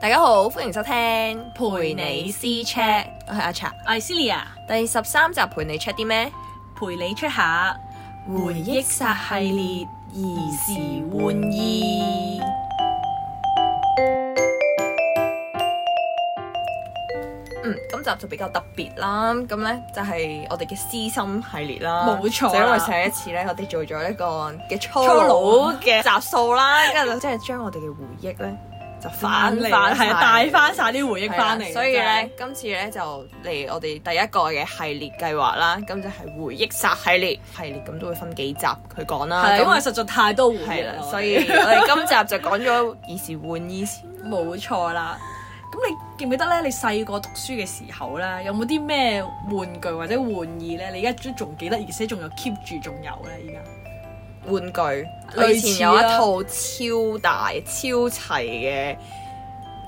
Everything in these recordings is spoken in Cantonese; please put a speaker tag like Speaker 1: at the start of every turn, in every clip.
Speaker 1: 大家好，歡迎收聽
Speaker 2: 陪你私 check，
Speaker 1: 我係阿茶。
Speaker 2: 我係 Celia，
Speaker 1: 第十三集陪你 check 啲咩？
Speaker 2: 陪你 check 下
Speaker 1: 回憶殺系列兒時玩意。嗯，今集就比較特別啦，咁呢就係我哋嘅私心系列啦，
Speaker 2: 冇錯啦
Speaker 1: 就因為上一次呢，我哋做咗一個嘅粗
Speaker 2: 粗
Speaker 1: 魯
Speaker 2: 魯
Speaker 1: 嘅集數啦，跟住就即係將我哋嘅回憶呢，就
Speaker 2: 翻
Speaker 1: 反
Speaker 2: 嚟，
Speaker 1: 翻
Speaker 2: 係啊，啊帶翻晒啲回
Speaker 1: 係
Speaker 2: 憶翻
Speaker 1: 啦
Speaker 2: 嚟，
Speaker 1: 所以咧，今次咧就嚟我哋第一個嘅系列計劃啦，咁就係回憶殺系列，系列咁都會分幾集去講
Speaker 2: 真
Speaker 1: 啦。
Speaker 2: 係，係啊
Speaker 1: 咁
Speaker 2: 因為實在太多回憶
Speaker 1: 係啦
Speaker 2: 啦，，
Speaker 1: 所 以我哋今集就講咗兒時玩意思。
Speaker 2: 我哋冇錯啦。咁你記唔記得咧？你細個讀書嘅時候咧，有冇啲咩玩具或者玩意咧？你而家都仲記得，而且仲有 keep 住，仲有咧。
Speaker 1: 玩具，
Speaker 2: 似啦
Speaker 1: 我以前有一套超大超齊嘅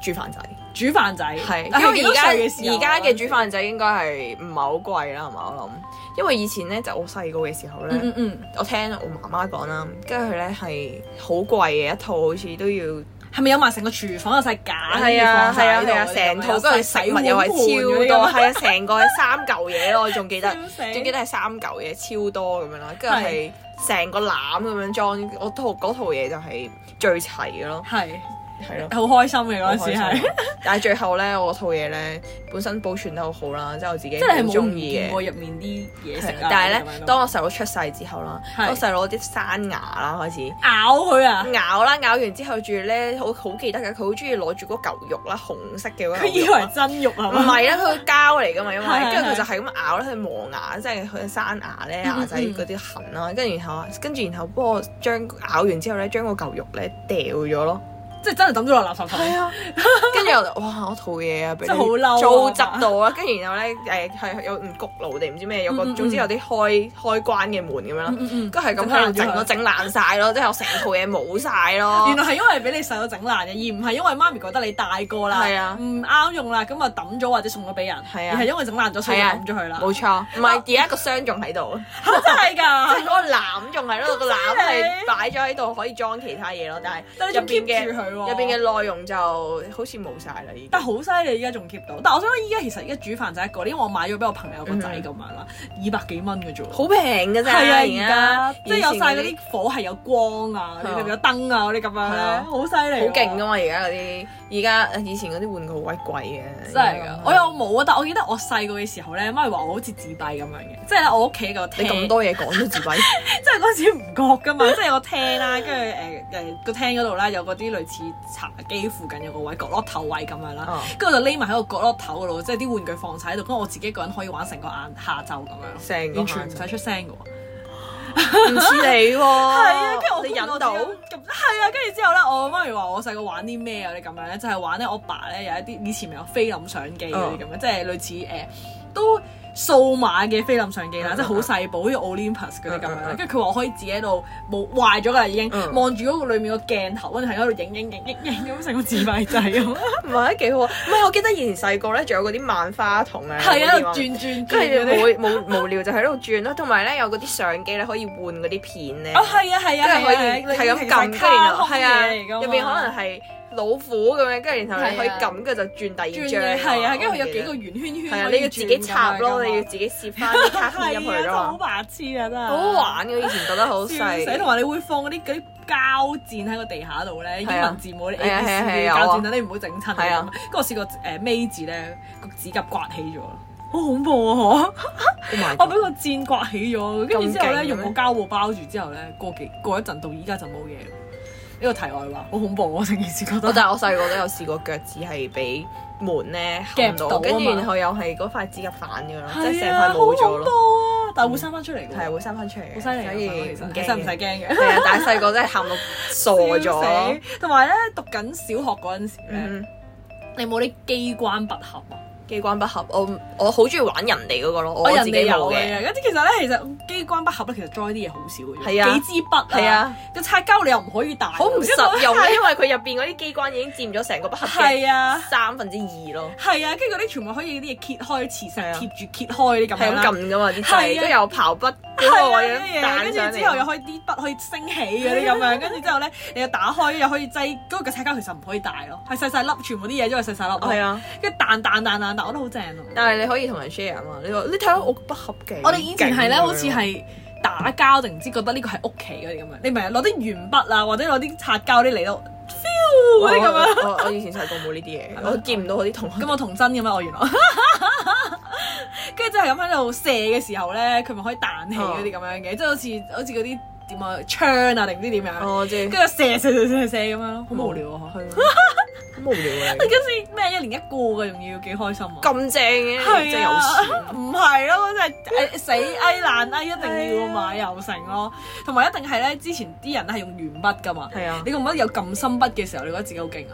Speaker 1: 煮飯仔，
Speaker 2: 而家煮飯仔啊
Speaker 1: 係
Speaker 2: 但
Speaker 1: 因為而
Speaker 2: 幾多
Speaker 1: 家
Speaker 2: 歲時候
Speaker 1: 而家嘅煮
Speaker 2: 啊
Speaker 1: 飯仔應該係唔係好貴啦，係嘛？我諗，因為以前咧就我細個嘅時候咧。
Speaker 2: 嗯嗯嗯，
Speaker 1: 我聽我媽媽講啦，跟住佢咧係好貴嘅一套，好似都要
Speaker 2: 係咪有埋成個廚房有晒架？
Speaker 1: 係啊
Speaker 2: 跟住放
Speaker 1: 係啊
Speaker 2: 晒喺度
Speaker 1: 係啊，
Speaker 2: 嘅
Speaker 1: 成套
Speaker 2: 有
Speaker 1: 跟住
Speaker 2: 洗
Speaker 1: 食物又係超
Speaker 2: 碗
Speaker 1: 多，
Speaker 2: 盤嗰啲咁啊
Speaker 1: 係啊，成個係三嚿嘢咯，我仲記得，
Speaker 2: 笑死
Speaker 1: 仲記得係三嚿嘢超多咁樣啦，跟住係成個籃咁樣裝，我套嗰套嘢就係最齊嘅咯，
Speaker 2: 係。
Speaker 1: 係咯。
Speaker 2: 好開心嘅嗰陣
Speaker 1: 好開
Speaker 2: 時
Speaker 1: 心
Speaker 2: 係，
Speaker 1: 但係最後咧，我套嘢咧本身保存得好好啦，即係我自己
Speaker 2: 即係
Speaker 1: 好
Speaker 2: 冇
Speaker 1: 中
Speaker 2: 唔
Speaker 1: 意
Speaker 2: 見
Speaker 1: 嘅
Speaker 2: 過。入面啲嘢食
Speaker 1: 係
Speaker 2: 啊。
Speaker 1: 但係
Speaker 2: 咁樣
Speaker 1: 咧，
Speaker 2: 咯
Speaker 1: 當我細佬出世之後啦，
Speaker 2: 係
Speaker 1: 我細佬啲生牙啦開始。
Speaker 2: 咬佢 啊，
Speaker 1: 咬啦，咬完之後仲要咧，好好記得㗎，佢好中意攞住嗰嚿肉啦，紅色嘅嗰
Speaker 2: 佢以
Speaker 1: 嚿肉
Speaker 2: 為
Speaker 1: 啦。
Speaker 2: 真肉 啊係
Speaker 1: 唔
Speaker 2: 嘛？
Speaker 1: 係啦，佢膠嚟㗎嘛，因為
Speaker 2: 係係係嗯
Speaker 1: 跟住佢就係咁咬啦，佢磨牙，即係佢生牙咧，牙仔嗰啲痕啦，跟住然後啊跟住然後幫我將咬完之後咧，將嗰嚿肉咧掉咗咯。
Speaker 2: 即係真係抌咗落垃圾桶。
Speaker 1: 係啊，跟住我就哇，我套嘢啊，俾
Speaker 2: 真係好嬲啊
Speaker 1: 糟質到啊！跟住然後咧誒係有唔焗爐定唔知咩，有個
Speaker 2: 嗯嗯嗯
Speaker 1: 總之有啲開開關嘅門咁樣啦
Speaker 2: 嗯，嗯
Speaker 1: 跟住係咁喺度整咯，整
Speaker 2: 整
Speaker 1: 爛晒咯，即係我成套嘢冇晒咯。
Speaker 2: 嗯原來係因為俾你細佬整爛嘅，而唔係因為媽咪覺得你大個啦，
Speaker 1: 係啊
Speaker 2: 唔啱用啦，咁啊抌咗或者送咗俾人，
Speaker 1: 係啊
Speaker 2: 而係因為整爛咗所以就抌咗佢啦。
Speaker 1: 冇錯，唔係而家個箱仲喺度，
Speaker 2: 嚇真係
Speaker 1: 即係
Speaker 2: 㗎，
Speaker 1: 嗰個籃仲喺度，個籃係擺咗喺度可以裝其他嘢咯，但
Speaker 2: 但
Speaker 1: 係
Speaker 2: 係
Speaker 1: 入
Speaker 2: 你仲
Speaker 1: 邊
Speaker 2: keep
Speaker 1: 嘅
Speaker 2: 住佢喎。
Speaker 1: 入邊嘅內容就好似冇晒啦，已經。
Speaker 2: 但好犀利，依家仲 keep 到。但我想講，依家其實依家煮飯仔一個，因為我買咗俾我朋友個仔
Speaker 1: 嗯
Speaker 2: 咁樣啦，二百幾蚊嘅啫喎。
Speaker 1: 好平㗎咋，
Speaker 2: 係啊，
Speaker 1: 而
Speaker 2: 而家
Speaker 1: 家
Speaker 2: 即係有晒嗰啲火係有光啊，
Speaker 1: 係
Speaker 2: 你
Speaker 1: 啊
Speaker 2: 明唔明有燈啊嗰啲咁樣
Speaker 1: 係
Speaker 2: 咧
Speaker 1: 啊，
Speaker 2: 好犀利，
Speaker 1: 好勁㗎！嘛，而家嗰啲，而家以前嗰啲玩具好鬼貴嘅，
Speaker 2: 真係㗎，我又冇啊！但我記得我細個嘅時候咧，媽咪話我好似自閉咁樣嘅，即係咧我屋企個廳，
Speaker 1: 你咁多嘢講都自閉，
Speaker 2: 即係嗰陣時唔覺㗎嘛， 即係有個廳啦，跟住誒誒個廳嗰度啦，有嗰啲類似茶幾附近有個位角落頭位咁樣啦
Speaker 1: 哦，
Speaker 2: 跟住我就匿埋喺個角落頭嗰度，即係啲玩具放晒喺度，跟住我自己一個人可以玩成個晏下晝咁樣，
Speaker 1: 成個
Speaker 2: 完全唔
Speaker 1: 下晝
Speaker 2: 使出聲㗎喎。
Speaker 1: 唔似你喎。係
Speaker 2: 係啊，跟住我
Speaker 1: 你
Speaker 2: 忍
Speaker 1: 忍到，
Speaker 2: 咁係啊，跟住之後咧，我媽咪話我細個玩啲咩啊？你咁樣咧，就係玩咧，我爸咧有一啲以前咪有菲林相機嗰
Speaker 1: 哦
Speaker 2: 啲咁樣，即係類似誒都數碼嘅菲林相機啦，
Speaker 1: 嗯
Speaker 2: 即係好細部，好似 Olympus 嗰啲
Speaker 1: 嗯
Speaker 2: 咁樣
Speaker 1: 嗯
Speaker 2: 啦
Speaker 1: 嗯。
Speaker 2: 跟住佢話我可以自己喺度冇壞咗㗎啦，已經
Speaker 1: 嗯
Speaker 2: 望住嗰個裡面個鏡頭，跟住喺度影影影影影咁成個自閉仔咁。
Speaker 1: 唔係幾好啊。唔係，我記得以前細個咧，仲有嗰啲萬花筒啊，
Speaker 2: 係啊，
Speaker 1: 嗰啲嘛
Speaker 2: 轉轉轉
Speaker 1: 跟住
Speaker 2: 嗰啲。
Speaker 1: 冇冇無聊就喺度轉咯，同埋咧有嗰啲相機咧可以換嗰啲片咧，
Speaker 2: 哦，係啊，係啊，
Speaker 1: 跟住可以係咁撳，跟住然後
Speaker 2: 係
Speaker 1: 係
Speaker 2: 啊
Speaker 1: 啊，
Speaker 2: 其實係卡通嘢嚟㗎嘛，
Speaker 1: 入邊可能係老虎咁樣，跟住然後你可以
Speaker 2: 係啊
Speaker 1: 撳，跟住就轉第
Speaker 2: 轉
Speaker 1: 二
Speaker 2: 嘅
Speaker 1: 張。
Speaker 2: 係啊，跟住佢
Speaker 1: 我
Speaker 2: 有
Speaker 1: 記
Speaker 2: 幾
Speaker 1: 得
Speaker 2: 個圓圈圈，
Speaker 1: 係啊，你要自己插咯，你要自己攝翻 啲卡片入去
Speaker 2: 啊係啊，
Speaker 1: 㗎
Speaker 2: 真係好
Speaker 1: 嘛，
Speaker 2: 白痴啊，真係
Speaker 1: 好好玩嘅。以前覺得好
Speaker 2: 笑死，同
Speaker 1: 細。啊
Speaker 2: 埋你會放嗰啲嗰啲膠墊喺個地下度咧，英
Speaker 1: 係啊
Speaker 2: 文字母啲 A
Speaker 1: 係啊
Speaker 2: B
Speaker 1: 係
Speaker 2: C
Speaker 1: 啊係
Speaker 2: 嘅
Speaker 1: 啊
Speaker 2: 膠
Speaker 1: 有啊
Speaker 2: 墊，等你唔好整親啊。
Speaker 1: 係啊
Speaker 2: 咁跟住我試過誒尾字咧個指甲刮起咗，哦好恐怖啊！
Speaker 1: Oh my
Speaker 2: 我
Speaker 1: god
Speaker 2: 俾個箭刮起咗，跟住之後
Speaker 1: 咁勁嘅
Speaker 2: 咧
Speaker 1: 咩
Speaker 2: 用個膠布包住之後咧，過幾過一陣到依家就冇嘢啦。呢個題外話，好恐怖啊！成件事覺
Speaker 1: 我
Speaker 2: 得
Speaker 1: 但係我細個都有試過腳趾係俾門咧冚
Speaker 2: 夾
Speaker 1: 到，
Speaker 2: 到啊
Speaker 1: 跟住
Speaker 2: 嘛
Speaker 1: 然後又係嗰塊指甲反咗咯，即係
Speaker 2: 係
Speaker 1: 成
Speaker 2: 啊，
Speaker 1: 塊
Speaker 2: 好恐
Speaker 1: 冇咗
Speaker 2: 怖
Speaker 1: 咯，
Speaker 2: 啊！但係會生翻出嚟嘅喎，
Speaker 1: 係會生翻出嚟嘅，
Speaker 2: 好犀利啊！
Speaker 1: 所以
Speaker 2: 其實
Speaker 1: 唔
Speaker 2: 其
Speaker 1: 驚
Speaker 2: 實唔使
Speaker 1: 嘅
Speaker 2: 驚嘅。
Speaker 1: 係啊，但係細個真係喊 到傻咗。
Speaker 2: 笑死。同埋咧，讀緊小學嗰陣時咧，
Speaker 1: 嗯，
Speaker 2: 你有冇啲機關筆盒啊？
Speaker 1: 機關不合，我我好中意玩人哋嗰個咯，
Speaker 2: 我
Speaker 1: 我
Speaker 2: 哦人
Speaker 1: 自
Speaker 2: 哋
Speaker 1: 己
Speaker 2: 有
Speaker 1: 冇
Speaker 2: 嘅，
Speaker 1: 嘅，
Speaker 2: 跟住其實咧，其實機關不合咧，其實 join 啲嘢好少嘅啫，
Speaker 1: 係啊
Speaker 2: 幾支筆
Speaker 1: 係啊，
Speaker 2: 個擦膠你又唔可以帶，
Speaker 1: 好唔
Speaker 2: 跟住我
Speaker 1: 實用啊，因為佢入邊嗰啲機關已經佔咗成個不合嘅
Speaker 2: 係啊。
Speaker 1: 三分之二咯，
Speaker 2: 係啊，跟住嗰啲全部可以啲嘢揭開，磁石
Speaker 1: 係啊
Speaker 2: 貼住揭開啲咁
Speaker 1: 係咁
Speaker 2: 樣啦。
Speaker 1: 撳噶嘛啲掣，
Speaker 2: 係啊
Speaker 1: 跟住有刨筆 嗰
Speaker 2: 係
Speaker 1: 個
Speaker 2: 啊
Speaker 1: 位
Speaker 2: 啲嘢，
Speaker 1: 彈
Speaker 2: 跟
Speaker 1: 上
Speaker 2: 住之後又
Speaker 1: 嚟，
Speaker 2: 可以啲筆可以升起嗰啲 咁樣，跟住之後咧，你又打開又可以擠嗰個擦膠，其實唔可以大咯，係細細粒，全部啲嘢都係細細粒咯。
Speaker 1: 係啊，
Speaker 2: 跟住彈彈彈彈彈，我覺得好正啊！
Speaker 1: 但係你可以同人 share 啊嘛，你話你睇下我不合嘅，
Speaker 2: 我哋以前係咧，
Speaker 1: 勁啊
Speaker 2: 好似係打交定唔知覺得呢個係屋企嗰啲咁樣，你咪攞啲鉛筆啊，或者攞啲擦膠啲嚟到 feel
Speaker 1: 我
Speaker 2: 嗰啲咁樣。
Speaker 1: 我我我以前細個冇呢啲嘢，我見唔到我啲同學
Speaker 2: 咁。我童真咁樣，我原來，跟住就係咁喺度射嘅時候咧，佢咪可以彈起嗰啲咁樣嘅，即係好似好似嗰啲點啊槍啊定唔知點樣，
Speaker 1: 我知
Speaker 2: 跟住射射射射射咁樣咯，好無聊啊！
Speaker 1: 係啊好無聊啊！
Speaker 2: 跟住咩一年一個嘅，仲要幾開心啊！
Speaker 1: 咁正嘅，真
Speaker 2: 係
Speaker 1: 係有錢。
Speaker 2: 啊， 唔係咯，真係哎誒死翳爛翳，一定要買又成咯，同埋一定係咧，之前啲人咧係用鉛筆噶嘛，
Speaker 1: 係啊
Speaker 2: 你覺唔覺得有撳心筆嘅時候，你覺得自己好勁啊？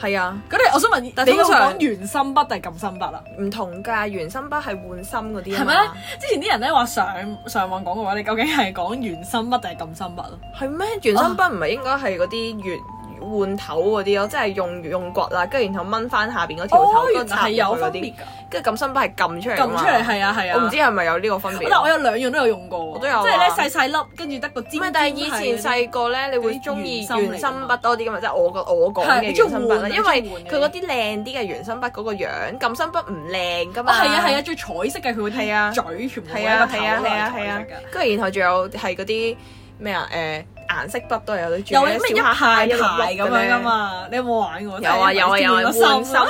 Speaker 1: 係啊，
Speaker 2: 咁你我想問，你
Speaker 1: 但
Speaker 2: 有冇
Speaker 1: 通常
Speaker 2: 講圓心筆定係撳心筆啊？
Speaker 1: 唔同㗎，原心筆係換心嗰啲啊
Speaker 2: 係咪
Speaker 1: 嘛
Speaker 2: 咧？之前啲人咧話上上網講嘅話，你究竟係講圓心筆定係撳心筆啊咯？
Speaker 1: 係咩？原心筆唔係應該係嗰啲圓換頭嗰啲咯，即係用用骨啦，跟住然後掹翻下邊嗰條頭，
Speaker 2: 原
Speaker 1: 跟住
Speaker 2: 來
Speaker 1: 插
Speaker 2: 哦係
Speaker 1: 入去
Speaker 2: 有
Speaker 1: 嗰
Speaker 2: 分
Speaker 1: 啲，
Speaker 2: 別㗎，
Speaker 1: 跟住撳心筆係撳出嚟㗎
Speaker 2: 撳
Speaker 1: 嘛
Speaker 2: 出嚟係啊係啊。
Speaker 1: 我唔知係咪有呢個分別。
Speaker 2: 但我有兩樣都有用過喎，我
Speaker 1: 都有啊
Speaker 2: 即係咧細細粒，跟住得個
Speaker 1: 唔
Speaker 2: 尖。
Speaker 1: 係，啊但係以前細個咧，你會中意原心筆多啲噶嘛？即係我個我講嘅
Speaker 2: 係
Speaker 1: 原
Speaker 2: 你
Speaker 1: 心
Speaker 2: 中意
Speaker 1: 筆啦，
Speaker 2: 換
Speaker 1: 因為
Speaker 2: 你中意換嘅
Speaker 1: 佢嗰啲靚啲嘅原心筆嗰個樣，撳心筆唔靚噶
Speaker 2: 哦，
Speaker 1: 嘛。
Speaker 2: 係啊係啊，最彩色嘅佢嗰
Speaker 1: 係啊
Speaker 2: 啲嘴全部
Speaker 1: 係
Speaker 2: 喺個
Speaker 1: 啊
Speaker 2: 頭
Speaker 1: 係啊
Speaker 2: 嗰度
Speaker 1: 係
Speaker 2: 係
Speaker 1: 啊
Speaker 2: 彩
Speaker 1: 係啊
Speaker 2: 色㗎。，
Speaker 1: 跟住然後仲有係嗰啲咩啊誒顏色筆都有啲
Speaker 2: 啊有
Speaker 1: 轉
Speaker 2: 咩一
Speaker 1: 小
Speaker 2: 排
Speaker 1: 黑
Speaker 2: 排
Speaker 1: 蟹一碌
Speaker 2: 咁樣
Speaker 1: 碌
Speaker 2: 噶
Speaker 1: 㗎？
Speaker 2: 嘛？你有冇玩過？
Speaker 1: 有啊有啊有啊，換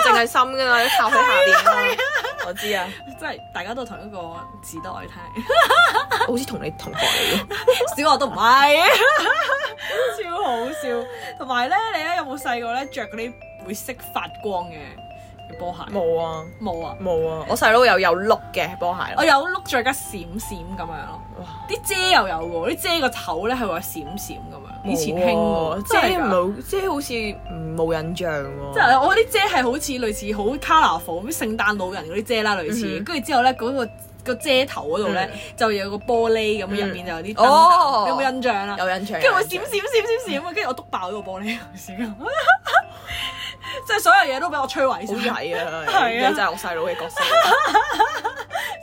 Speaker 2: 真係
Speaker 1: 心
Speaker 2: 見到
Speaker 1: 淨係心噶 嘛，靠喺下邊啊嘛。我知啊，
Speaker 2: 真係大家都同一個時代聽，
Speaker 1: 好似同你同學嚟嘅。
Speaker 2: 小學都唔係，超好笑。同埋咧，你咧有冇細個咧着嗰啲會識發光嘅嘅波鞋？
Speaker 1: 冇啊
Speaker 2: 冇啊！
Speaker 1: 冇啊，我細佬有有碌嘅波鞋
Speaker 2: 我
Speaker 1: 咯。
Speaker 2: 有碌着架閃閃咁樣咯，
Speaker 1: 哇
Speaker 2: 啲遮又有喎，啲遮個頭咧係話閃閃咁樣，以前興
Speaker 1: 冇
Speaker 2: 喎
Speaker 1: 啊，
Speaker 2: 真係
Speaker 1: 即係
Speaker 2: 㗎
Speaker 1: 冇，即係好似唔冇印象喎。
Speaker 2: 即係我啲遮係好似類似好 colourful 啲聖誕老人嗰啲遮啦，類似
Speaker 1: 嗯哼。
Speaker 2: 跟住之後咧，嗰個個遮頭嗰度咧就有個玻璃咁，
Speaker 1: 嗯
Speaker 2: 入面就有啲燈
Speaker 1: 哦
Speaker 2: 膽，你有冇印象啦？
Speaker 1: 有印象，
Speaker 2: 跟住會閃閃閃閃閃啊！跟住我篤爆咗個玻璃，閃啊！ 即係所有嘢都俾我摧毀
Speaker 1: 好
Speaker 2: 曬，
Speaker 1: 曳啊！
Speaker 2: 係啊
Speaker 1: 你真係我細佬嘅角色，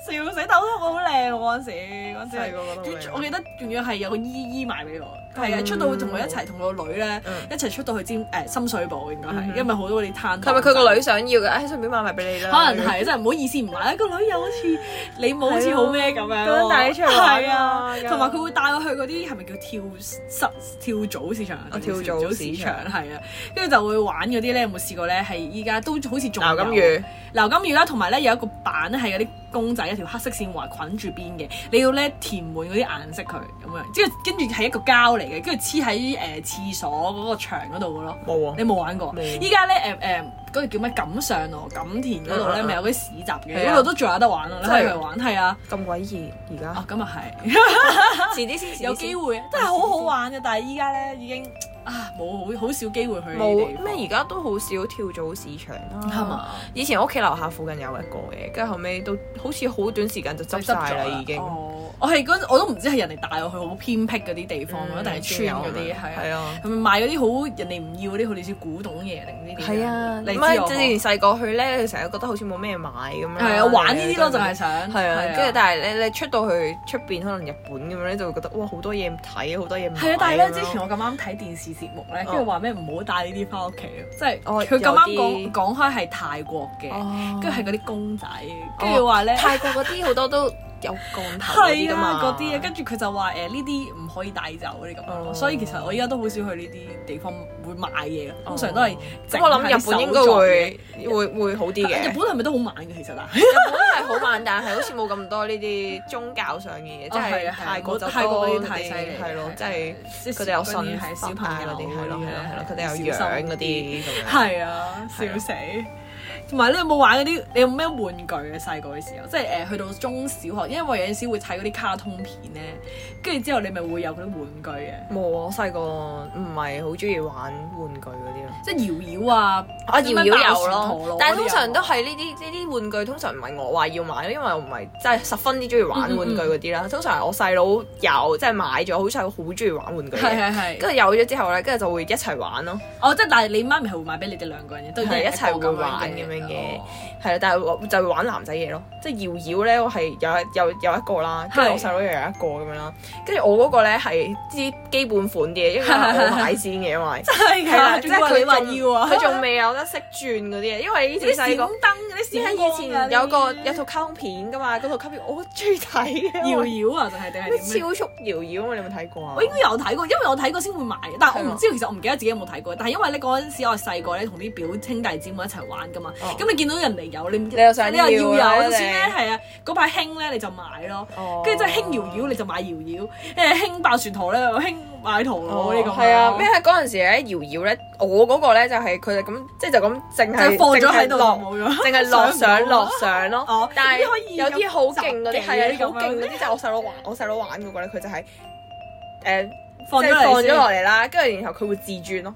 Speaker 2: 笑死！但我覺得我好靚喎嗰陣時，嗰陣時
Speaker 1: 細個覺得好靚
Speaker 2: 我記得仲要係有個姨姨買俾我，係啊，
Speaker 1: 嗯
Speaker 2: 出到同佢一齊同我個女咧
Speaker 1: 嗯
Speaker 2: 一齊出到去尖誒深水埗應該
Speaker 1: 嗯
Speaker 2: 係，
Speaker 1: 哼
Speaker 2: 因為好多嗰啲 攤檔。
Speaker 1: 係咪佢個女想要嘅？誒，順便買埋俾你啦。
Speaker 2: 可能係真係唔好意思唔買，個女又好
Speaker 1: 啊
Speaker 2: 似 你冇好似好咩咁樣咯，
Speaker 1: 咁樣帶你出去玩
Speaker 2: 係
Speaker 1: 啊
Speaker 2: 啊，
Speaker 1: 咁樣
Speaker 2: 同埋佢會帶我去嗰啲係咪叫跳蚤跳蚤市場啊？
Speaker 1: 哦跳蚤市場
Speaker 2: 係啊，跟住就會玩嗰啲咧，有冇試過咧？係依家都好似仲有
Speaker 1: 鬧金魚，
Speaker 2: 流金魚啦，同埋咧有一個板係有啲公仔一條黑色線環捆住邊嘅，你要咧填滿嗰啲顏色佢咁樣，之後跟住係一個膠嚟嘅，跟住黐喺誒廁所嗰個牆嗰度嘅咯。
Speaker 1: 冇
Speaker 2: 你
Speaker 1: 啊，
Speaker 2: 冇玩過
Speaker 1: 冇？
Speaker 2: 依家咧誒誒嗰個叫咩錦上路錦田嗰度
Speaker 1: 嗯嗯
Speaker 2: 咧，
Speaker 1: 嗯
Speaker 2: 咪有啲市集嘅，
Speaker 1: 係啊
Speaker 2: 嗰度都仲有得玩啊！你可以
Speaker 1: 真
Speaker 2: 去
Speaker 1: 係㗎
Speaker 2: 玩，係啊，
Speaker 1: 咁鬼熱而
Speaker 2: 哦
Speaker 1: 家，
Speaker 2: 咁啊係，
Speaker 1: 遲啲先
Speaker 2: 有機
Speaker 1: 啊
Speaker 2: 會，真係好好玩嘅。但係依家咧已經啊冇好好少機會去呢啲地
Speaker 1: 冇
Speaker 2: 方啊
Speaker 1: 咩？而家都好少跳蚤市場啦，
Speaker 2: 係？嘛？
Speaker 1: 以前我屋企樓下附近有一個嘅，跟住後尾都好似好短時間就執晒啦，已經。
Speaker 2: 哦，我係嗰陣我都唔知係人哋帶我去好偏僻嗰啲地方咯，定係村嗰啲係啊。
Speaker 1: 係嗯啊。
Speaker 2: 係咪賣嗰啲好人哋唔要嗰啲，好似古董嘢定呢啲？
Speaker 1: 係啊，
Speaker 2: 你
Speaker 1: 唔
Speaker 2: 知
Speaker 1: 係
Speaker 2: 我
Speaker 1: 之前細個去咧，成日覺得好似冇咩買咁樣。
Speaker 2: 係啊，玩呢啲咯，就係想
Speaker 1: 係啊，跟住但係咧，你出到去出邊可能日本咁樣咧，就會覺得哇好多嘢睇，好多嘢買。
Speaker 2: 係啊，但係咧，
Speaker 1: 咁樣
Speaker 2: 之前我咁啱睇電視節目咧，
Speaker 1: 哦
Speaker 2: 跟住話咩唔好帶呢啲翻屋企咯，即係
Speaker 1: 哦
Speaker 2: 佢咁啱
Speaker 1: 有啲
Speaker 2: 講講開係泰國嘅，
Speaker 1: 哦
Speaker 2: 跟住係嗰啲公仔，跟住話咧
Speaker 1: 泰國嗰啲好多都有鋼頭嗰啲
Speaker 2: 係
Speaker 1: 㗎
Speaker 2: 啊
Speaker 1: 嘛，
Speaker 2: 嗰啲啊，跟住佢就話誒呢啲唔可以帶走嗰啲咁樣
Speaker 1: 哦哦
Speaker 2: 咯，所以其實我依家都好少去呢啲地方會買嘢，通常都係
Speaker 1: 咁我諗
Speaker 2: 淨係
Speaker 1: 日本應該
Speaker 2: 手作嘢
Speaker 1: 會會會好啲嘅。
Speaker 2: 日本係咪都好猛嘅其 實啊？
Speaker 1: 日本係好慢，但係好似冇咁多呢啲宗教上嘅嘢，即係泰國就
Speaker 2: 啊泰
Speaker 1: 多
Speaker 2: 國嗰
Speaker 1: 啲
Speaker 2: 啲太犀利，
Speaker 1: 係咯，即係
Speaker 2: 即
Speaker 1: 佢哋有信
Speaker 2: 係小朋友
Speaker 1: 嗰啲，係咯係咯係咯，佢哋有
Speaker 2: 小心
Speaker 1: 養嗰啲咁樣。
Speaker 2: 係啊，笑死！同埋你有冇玩嗰啲？你有咩玩具嘅細個嘅時候，即係誒、呃去到中小學，因為有陣時會睇嗰啲卡通片咧，跟住之後你咪會有嗰啲玩具嘅，
Speaker 1: 冇，我細個唔係好中意玩玩具嗰啲咯。
Speaker 2: 即係搖搖啊，
Speaker 1: 我搖搖有
Speaker 2: 咩爆旋陀螺嗰啲有
Speaker 1: 咯
Speaker 2: 啊，
Speaker 1: 但係通常都係呢啲呢啲玩具，通常唔係我話要買，因為我唔係真係十分之中意玩
Speaker 2: 嗯嗯嗯
Speaker 1: 玩具嗰啲啦。通常係我細佬有即係買咗，好細佬好中意玩玩具
Speaker 2: 係
Speaker 1: 嘅，
Speaker 2: 係係。
Speaker 1: 跟住有咗之後咧，跟住就會一齊玩咯。
Speaker 2: 哦，即係但係你媽咪係會買俾你哋兩個人嘅，都
Speaker 1: 係
Speaker 2: 一
Speaker 1: 一齊
Speaker 2: 個咁
Speaker 1: 會玩
Speaker 2: 樣
Speaker 1: 咁樣嘅
Speaker 2: 哦
Speaker 1: 係啦，但係我就係玩男仔嘢咯，即係搖搖咧，我係有有有一個啦，跟住我細佬又有一個咁樣啦，跟住我嗰個咧係啲基本款嘅， 因為我買先嘅，因為
Speaker 2: 係
Speaker 1: 係啦，
Speaker 2: 㗎，
Speaker 1: 即
Speaker 2: 即
Speaker 1: 係
Speaker 2: 係
Speaker 1: 佢
Speaker 2: 佢話
Speaker 1: 仲
Speaker 2: 要 啊，
Speaker 1: 佢仲未有得識轉嗰啲嘢，因為以
Speaker 2: 啲
Speaker 1: 前
Speaker 2: 閃
Speaker 1: 細個
Speaker 2: 燈。嗰啲
Speaker 1: 點
Speaker 2: 閃
Speaker 1: 解
Speaker 2: 光
Speaker 1: 以
Speaker 2: 㗎
Speaker 1: 前有個有套卡通片噶嘛？嗰套卡通片我好中意睇嘅，因為
Speaker 2: 搖搖啊，定係定係
Speaker 1: 咩
Speaker 2: 點咧？
Speaker 1: 超速搖搖啊嘛？你有冇睇過啊
Speaker 2: 我？應該有睇過，因為我睇過先會買嘅，但係我
Speaker 1: 係
Speaker 2: 唔
Speaker 1: 嘛
Speaker 2: 知道，其實我唔記得自己有冇睇過。但係因為咧嗰陣時我係細個咧，同啲表兄弟姊妹一齊玩噶嘛，
Speaker 1: 哦
Speaker 2: 咁你見到人哋有，你你
Speaker 1: 你又想
Speaker 2: 你又
Speaker 1: 要
Speaker 2: 要
Speaker 1: 啦
Speaker 2: 有，就算咧
Speaker 1: 你
Speaker 2: 係啊，嗰排興咧你就買咯，
Speaker 1: 哦
Speaker 2: 跟住真係興搖搖你就買搖搖，誒興爆旋陀咧又興買陀螺呢咁樣咯。
Speaker 1: 係啊，咩喺嗰陣時咧搖搖咧，我嗰個咧就係佢哋咁，即係就咁淨係
Speaker 2: 就放咗喺
Speaker 1: 淨係
Speaker 2: 度就
Speaker 1: 落，
Speaker 2: 冇 咗，
Speaker 1: 淨係落
Speaker 2: 上唔
Speaker 1: 上
Speaker 2: 到
Speaker 1: 落上 咯。
Speaker 2: 哦，
Speaker 1: 但
Speaker 2: 呢啲可
Speaker 1: 係
Speaker 2: 以
Speaker 1: 有啲好勁嗰啲係啊，好勁嗰
Speaker 2: 咁樣
Speaker 1: 啲就係我細佬玩，我細佬玩嗰個咧，佢就係誒
Speaker 2: 放
Speaker 1: 即
Speaker 2: 咗
Speaker 1: 係
Speaker 2: 嚟
Speaker 1: 放咗
Speaker 2: 先
Speaker 1: 落嚟啦，跟住然後佢會自轉咯，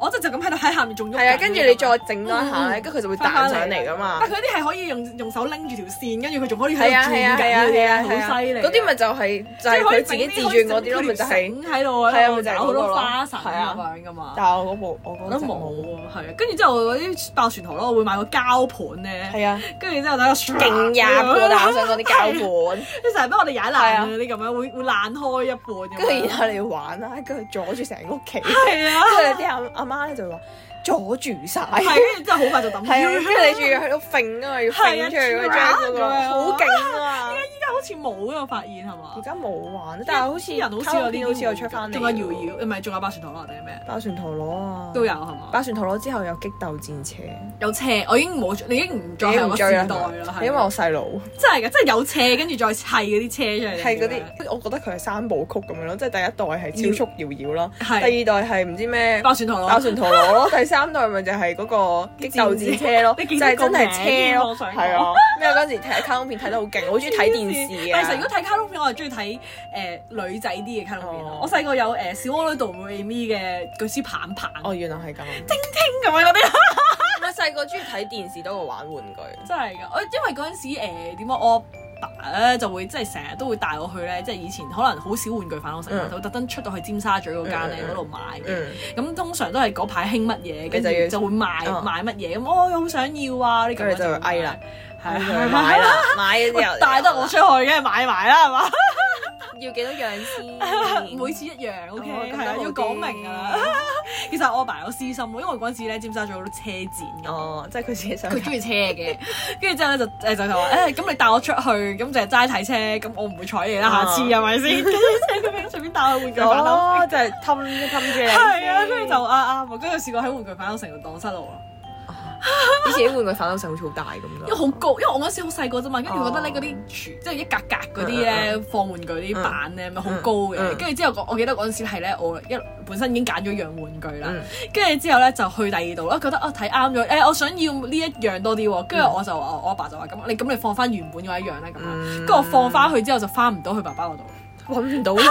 Speaker 2: 我就就咁喺度喺下面仲喐緊咁樣。
Speaker 1: 係啊，跟住你再整多一下咧，
Speaker 2: 嗯
Speaker 1: 跟住佢就會彈上嚟噶嘛
Speaker 2: 但。佢嗰啲係可以用用手拎住條線，跟住佢仲可以喺
Speaker 1: 係啊
Speaker 2: 度
Speaker 1: 係
Speaker 2: 轉
Speaker 1: 啊係啊係
Speaker 2: 緊嗰啲
Speaker 1: 啊
Speaker 2: 啊，
Speaker 1: 係啊
Speaker 2: 好犀利啊。
Speaker 1: 嗰啲咪就係就係
Speaker 2: 可以
Speaker 1: 佢
Speaker 2: 整
Speaker 1: 自己自
Speaker 2: 可以
Speaker 1: 轉嗰啲咯，咪就係。
Speaker 2: 整條繩喺度
Speaker 1: 係啊
Speaker 2: 喺
Speaker 1: 咪
Speaker 2: 度
Speaker 1: 就係嗰
Speaker 2: 搞好
Speaker 1: 個
Speaker 2: 多
Speaker 1: 咯
Speaker 2: 花神
Speaker 1: 係啊
Speaker 2: 咁樣噶嘛。
Speaker 1: 但係我嗰部我
Speaker 2: 我
Speaker 1: 嗰
Speaker 2: 都冇喎，係啊，跟住之後我嗰啲爆旋陀螺，我會買個膠盤咧，
Speaker 1: 係啊，
Speaker 2: 跟住之後睇個
Speaker 1: 勁廿個，但係我想講啲膠 盤。
Speaker 2: 你成日俾我哋踩
Speaker 1: 係啊
Speaker 2: 爛嗰啲咁樣，會會爛開一半咁樣。
Speaker 1: 跟住然後你玩啦，跟住阻住成屋 企，跟
Speaker 2: 係啊，
Speaker 1: 住啲阿阿媽咧就話阻住晒，係
Speaker 2: 係跟住真係好快就抌
Speaker 1: 啊，
Speaker 2: 掉
Speaker 1: 跟住你仲要喺度揈啊嘛，要揈出去嗰張嗰
Speaker 2: 係啊
Speaker 1: 個，好勁啊！
Speaker 2: 依家好似冇啊！我發現係
Speaker 1: 而
Speaker 2: 嘛？
Speaker 1: 家冇玩，啊但係好似
Speaker 2: 啲人好
Speaker 1: 卡
Speaker 2: 少有
Speaker 1: 通
Speaker 2: 呢
Speaker 1: 片
Speaker 2: 啲，
Speaker 1: 好似有出翻嚟，
Speaker 2: 仲有搖搖，唔係仲有爆旋陀螺定係咩？
Speaker 1: 爆旋陀螺啊，
Speaker 2: 都有係嘛？
Speaker 1: 爆旋陀螺之後有激鬥戰車，
Speaker 2: 有斜，我已經冇，你已經唔再係
Speaker 1: 唔
Speaker 2: 個
Speaker 1: 追
Speaker 2: 時
Speaker 1: 啦
Speaker 2: 代啦，係
Speaker 1: 因為我細佬
Speaker 2: 真係嘅，啊真係有斜，跟住再砌嗰啲車出嚟，
Speaker 1: 係嗰
Speaker 2: 啊
Speaker 1: 啲，我覺得佢係三部曲咁樣咯，即係第一代係超速搖搖啦，
Speaker 2: 係
Speaker 1: 第二代係唔知咩
Speaker 2: 爆旋陀螺，
Speaker 1: 爆旋陀螺咯，第 三代咪就係嗰個激鬥戰車咯，
Speaker 2: 你
Speaker 1: 就
Speaker 2: 見到
Speaker 1: 係真係車
Speaker 2: 個名我
Speaker 1: 咯，
Speaker 2: 想講
Speaker 1: 係啊，咩嗰陣時睇卡通片睇得好勁，我好中意睇電視
Speaker 2: 但係其實如
Speaker 1: 嘅
Speaker 2: 果，睇卡通片，我係中意睇誒女仔啲嘅卡通片咯
Speaker 1: 哦。
Speaker 2: 我細個有誒小魔女 d o r e m 嘅巨獅棒棒
Speaker 1: 哦原來係咁，
Speaker 2: 咁樣嗰啲，
Speaker 1: 我細個中意睇電視多過玩玩具，
Speaker 2: 真係㗎。我因為嗰陣時誒點講我。爸咧就會即係成日都會帶我去咧，即係以前可能好少玩具反我成日
Speaker 1: 嗯
Speaker 2: 就會特登出到去尖沙咀嗰間咧
Speaker 1: 嗯嗯嗯
Speaker 2: 嗰度買嘅。
Speaker 1: 嗯，
Speaker 2: 咁通常都係嗰排興乜嘢，跟
Speaker 1: 你就
Speaker 2: 住
Speaker 1: 要
Speaker 2: 就會賣
Speaker 1: 哦
Speaker 2: 賣乜嘢，咁我好想要啊！呢咁
Speaker 1: 跟
Speaker 2: 樣
Speaker 1: 住就會
Speaker 2: 買
Speaker 1: 嗌啦，
Speaker 2: 係
Speaker 1: 就
Speaker 2: 係
Speaker 1: 啊 買 啦，買咗之後
Speaker 2: 帶得我出去，梗係買埋啦，係嘛？
Speaker 1: 要幾多樣先，
Speaker 2: 每次一樣，OK，
Speaker 1: 嗯哦咁
Speaker 2: 係啊，
Speaker 1: 都好
Speaker 2: 要
Speaker 1: 啲
Speaker 2: 講明㗎啦。 其實我阿爸有私心喎，因為嗰陣時咧尖沙咀好多車展㗎。
Speaker 1: 哦，即係佢自己想
Speaker 2: 佢中意車嘅，跟住之後咧就誒就話誒咁你帶我出去，咁就係齋睇車，咁我唔會睬你啦，下次
Speaker 1: 哦
Speaker 2: 係咪先？跟住之後咁樣隨便帶我去玩具反斗
Speaker 1: 哦，就係氹一氹住你，
Speaker 2: 係啊，跟住就啱啱，跟住試過喺玩具反斗城度蕩失路啊咯。
Speaker 1: 以前啲玩具反斗城好似好大咁
Speaker 2: 因為
Speaker 1: 噶，
Speaker 2: 好高，因為我嗰時好細個啫嘛，跟住覺得咧
Speaker 1: 哦
Speaker 2: 嗰啲廚即係一格格嗰啲咧放玩具啲板咧咪好高
Speaker 1: 嗯
Speaker 2: 嘅，
Speaker 1: 嗯
Speaker 2: 跟住之後我我記得嗰陣時係咧我一本身已經揀咗一樣玩具啦
Speaker 1: 嗯，
Speaker 2: 跟住之後咧就去第二度啦，覺得啊睇啱咗，誒我想要呢一樣多啲喎，跟住我就話我阿爸就話咁你咁你放翻原本嗰一樣啦咁樣，
Speaker 1: 嗯
Speaker 2: 跟住我放翻去之後就翻唔到去爸爸嗰度，
Speaker 1: 揾唔 到你，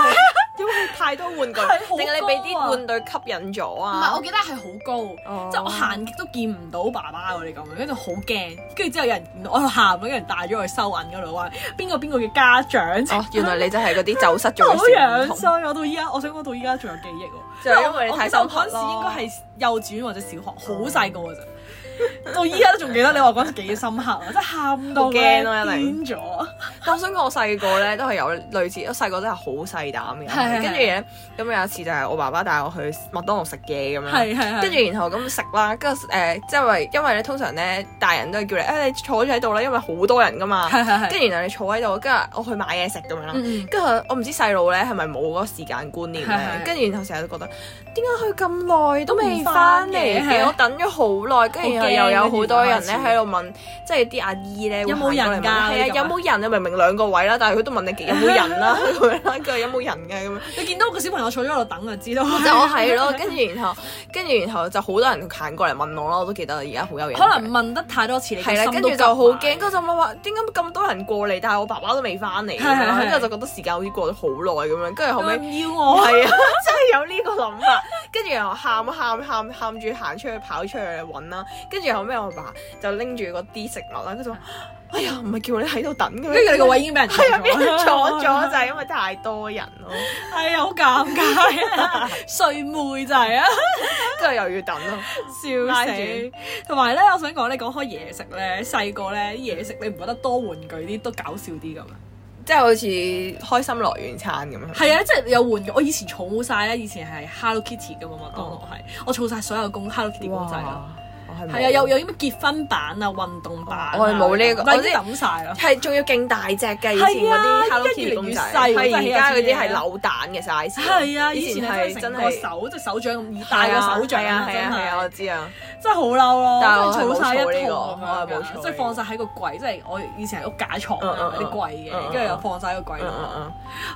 Speaker 1: 因為太多玩具，定
Speaker 2: 係好
Speaker 1: 係你俾
Speaker 2: 高啊
Speaker 1: 啲玩具吸引咗
Speaker 2: 唔係
Speaker 1: 啊
Speaker 2: 我？記得係好高。
Speaker 1: 哦
Speaker 2: 即係我行極都見唔到爸爸嗰啲咁樣，跟住好驚。跟住之後有人見到我喺度喊，有人帶咗我去收銀嗰度，話邊個邊個嘅家長。
Speaker 1: 哦，原來你就係嗰啲走失咗
Speaker 2: 好
Speaker 1: 嘅
Speaker 2: 樣
Speaker 1: 小童，
Speaker 2: 衰，我到依家，我想講到依家仲有記憶喎。
Speaker 1: 就係因為你太
Speaker 2: 我
Speaker 1: 深
Speaker 2: 我其實我
Speaker 1: 刻咯。
Speaker 2: 嗰陣時應該係幼稚園或者小學，好細個嘅咋。到依家都仲記得你話嗰陣時幾深刻啊！真係喊到
Speaker 1: 好驚咯一定
Speaker 2: 癲咗。
Speaker 1: 但我想講，我細個咧都係有類似，我細個真係好細膽
Speaker 2: 係係係
Speaker 1: 嘅。跟住咧，咁有一次就係我爸爸帶我去麥當勞食嘢咁樣。
Speaker 2: 係係係。
Speaker 1: 嗯跟住然後咁食啦，跟住誒，即係因為咧，通常咧大人都係叫你，誒、你坐咗喺度啦，因為好多人噶嘛。
Speaker 2: 係係係。
Speaker 1: 跟住然後你坐喺度，跟住我去買嘢食咁樣啦。
Speaker 2: 嗯嗯
Speaker 1: 跟住我唔知細路咧係咪冇嗰個時間觀念
Speaker 2: 係
Speaker 1: 咧
Speaker 2: 係，
Speaker 1: 跟住然後成日都覺得點解佢咁耐都未
Speaker 2: 都唔返
Speaker 1: 翻
Speaker 2: 嘅
Speaker 1: 嚟
Speaker 2: 哦係
Speaker 1: 嘅？我等咗好耐，跟住然後又有好多人咧喺度問，即係啲阿姨咧
Speaker 2: 有冇
Speaker 1: 會行過嚟
Speaker 2: 人
Speaker 1: 問
Speaker 2: 㗎
Speaker 1: 係啊，
Speaker 2: 你咁
Speaker 1: 有冇人啊？明明兩個位啦，但係佢都問你有冇人 啦，咁樣啦，佢話有冇人嘅咁樣。
Speaker 2: 你見到個小朋友坐咗喺度等就知 道。
Speaker 1: 就係
Speaker 2: 啊
Speaker 1: 咯，跟住然後，跟住然後就好多人行過嚟問我啦，我都記得而家好有印象。
Speaker 2: 可能問得太多次，你個
Speaker 1: 係啦，
Speaker 2: 心
Speaker 1: 跟
Speaker 2: 都
Speaker 1: 住就好
Speaker 2: 急埋
Speaker 1: 驚，嗰陣我話點解咁多人過嚟，但係我爸爸都未翻嚟咁
Speaker 2: 係係
Speaker 1: 樣啦，
Speaker 2: 係
Speaker 1: 跟住就覺得時間好似過咗好耐咁樣，跟住後尾。
Speaker 2: 要我，
Speaker 1: 係啊， 真係有呢個諗法。跟住又喊喊喊喊住行出去跑出去揾啦。跟住後尾我爸就拎住嗰啲食物啦，佢就話：哎呀，唔係叫你喺度等嘅咩，
Speaker 2: 跟住你個位已經俾人
Speaker 1: 係啊，俾人
Speaker 2: 咗
Speaker 1: 坐咗就係因為太多人咯，
Speaker 2: 哎呀，好尷尬 啊！ 睡妹就係啊，
Speaker 1: 跟住又要等咯。
Speaker 2: 笑
Speaker 1: 拉
Speaker 2: 死
Speaker 1: 住！
Speaker 2: 同埋咧，我想講你講開嘢食咧，細個咧啲嘢食你唔覺得多玩具啲都搞笑啲咁啊？
Speaker 1: 即係好似開心樂園餐咁樣。
Speaker 2: 係啊，即係有玩具。我以前儲晒咧，以前係 Hello Kitty 噶嘛，麥當勞係，
Speaker 1: 哦
Speaker 2: 我儲晒所有公 Hello Kitty 公仔咯。！
Speaker 1: 我係冇
Speaker 2: 係啊，有有啲咩結婚版啊、運動版啊，
Speaker 1: 我係冇呢個
Speaker 2: 但係
Speaker 1: 我
Speaker 2: 已
Speaker 1: 知
Speaker 2: 經抌晒啦。
Speaker 1: 係仲要勁大隻嘅，以前
Speaker 2: 係
Speaker 1: 嗰
Speaker 2: 啊
Speaker 1: 啲 Hello
Speaker 2: 依家
Speaker 1: Kitty
Speaker 2: 越嚟
Speaker 1: 公
Speaker 2: 越
Speaker 1: 仔，
Speaker 2: 細喎
Speaker 1: 係而家嗰
Speaker 2: 真係
Speaker 1: 啲係扭蛋嘅 size。
Speaker 2: 係啊，以前
Speaker 1: 係
Speaker 2: 係
Speaker 1: 真
Speaker 2: 真係
Speaker 1: 係
Speaker 2: 手，即係手掌咁大個手掌
Speaker 1: 係啊係啊係啊，我
Speaker 2: 真係
Speaker 1: 知啊。
Speaker 2: 真係好嬲咯！
Speaker 1: 但係我
Speaker 2: 真係儲晒
Speaker 1: 係冇儲
Speaker 2: 一
Speaker 1: 呢個
Speaker 2: 套
Speaker 1: 我係冇儲
Speaker 2: 咁樣
Speaker 1: 呢
Speaker 2: 㗎，
Speaker 1: 個
Speaker 2: 即係放晒喺個櫃，即係我以前係屋架床
Speaker 1: 嗯嗯
Speaker 2: 啊
Speaker 1: 嗯
Speaker 2: 有啲櫃
Speaker 1: 嗯嗯
Speaker 2: 嘅，跟住又放晒喺個櫃
Speaker 1: 嗯嗯
Speaker 2: 度，
Speaker 1: 嗯。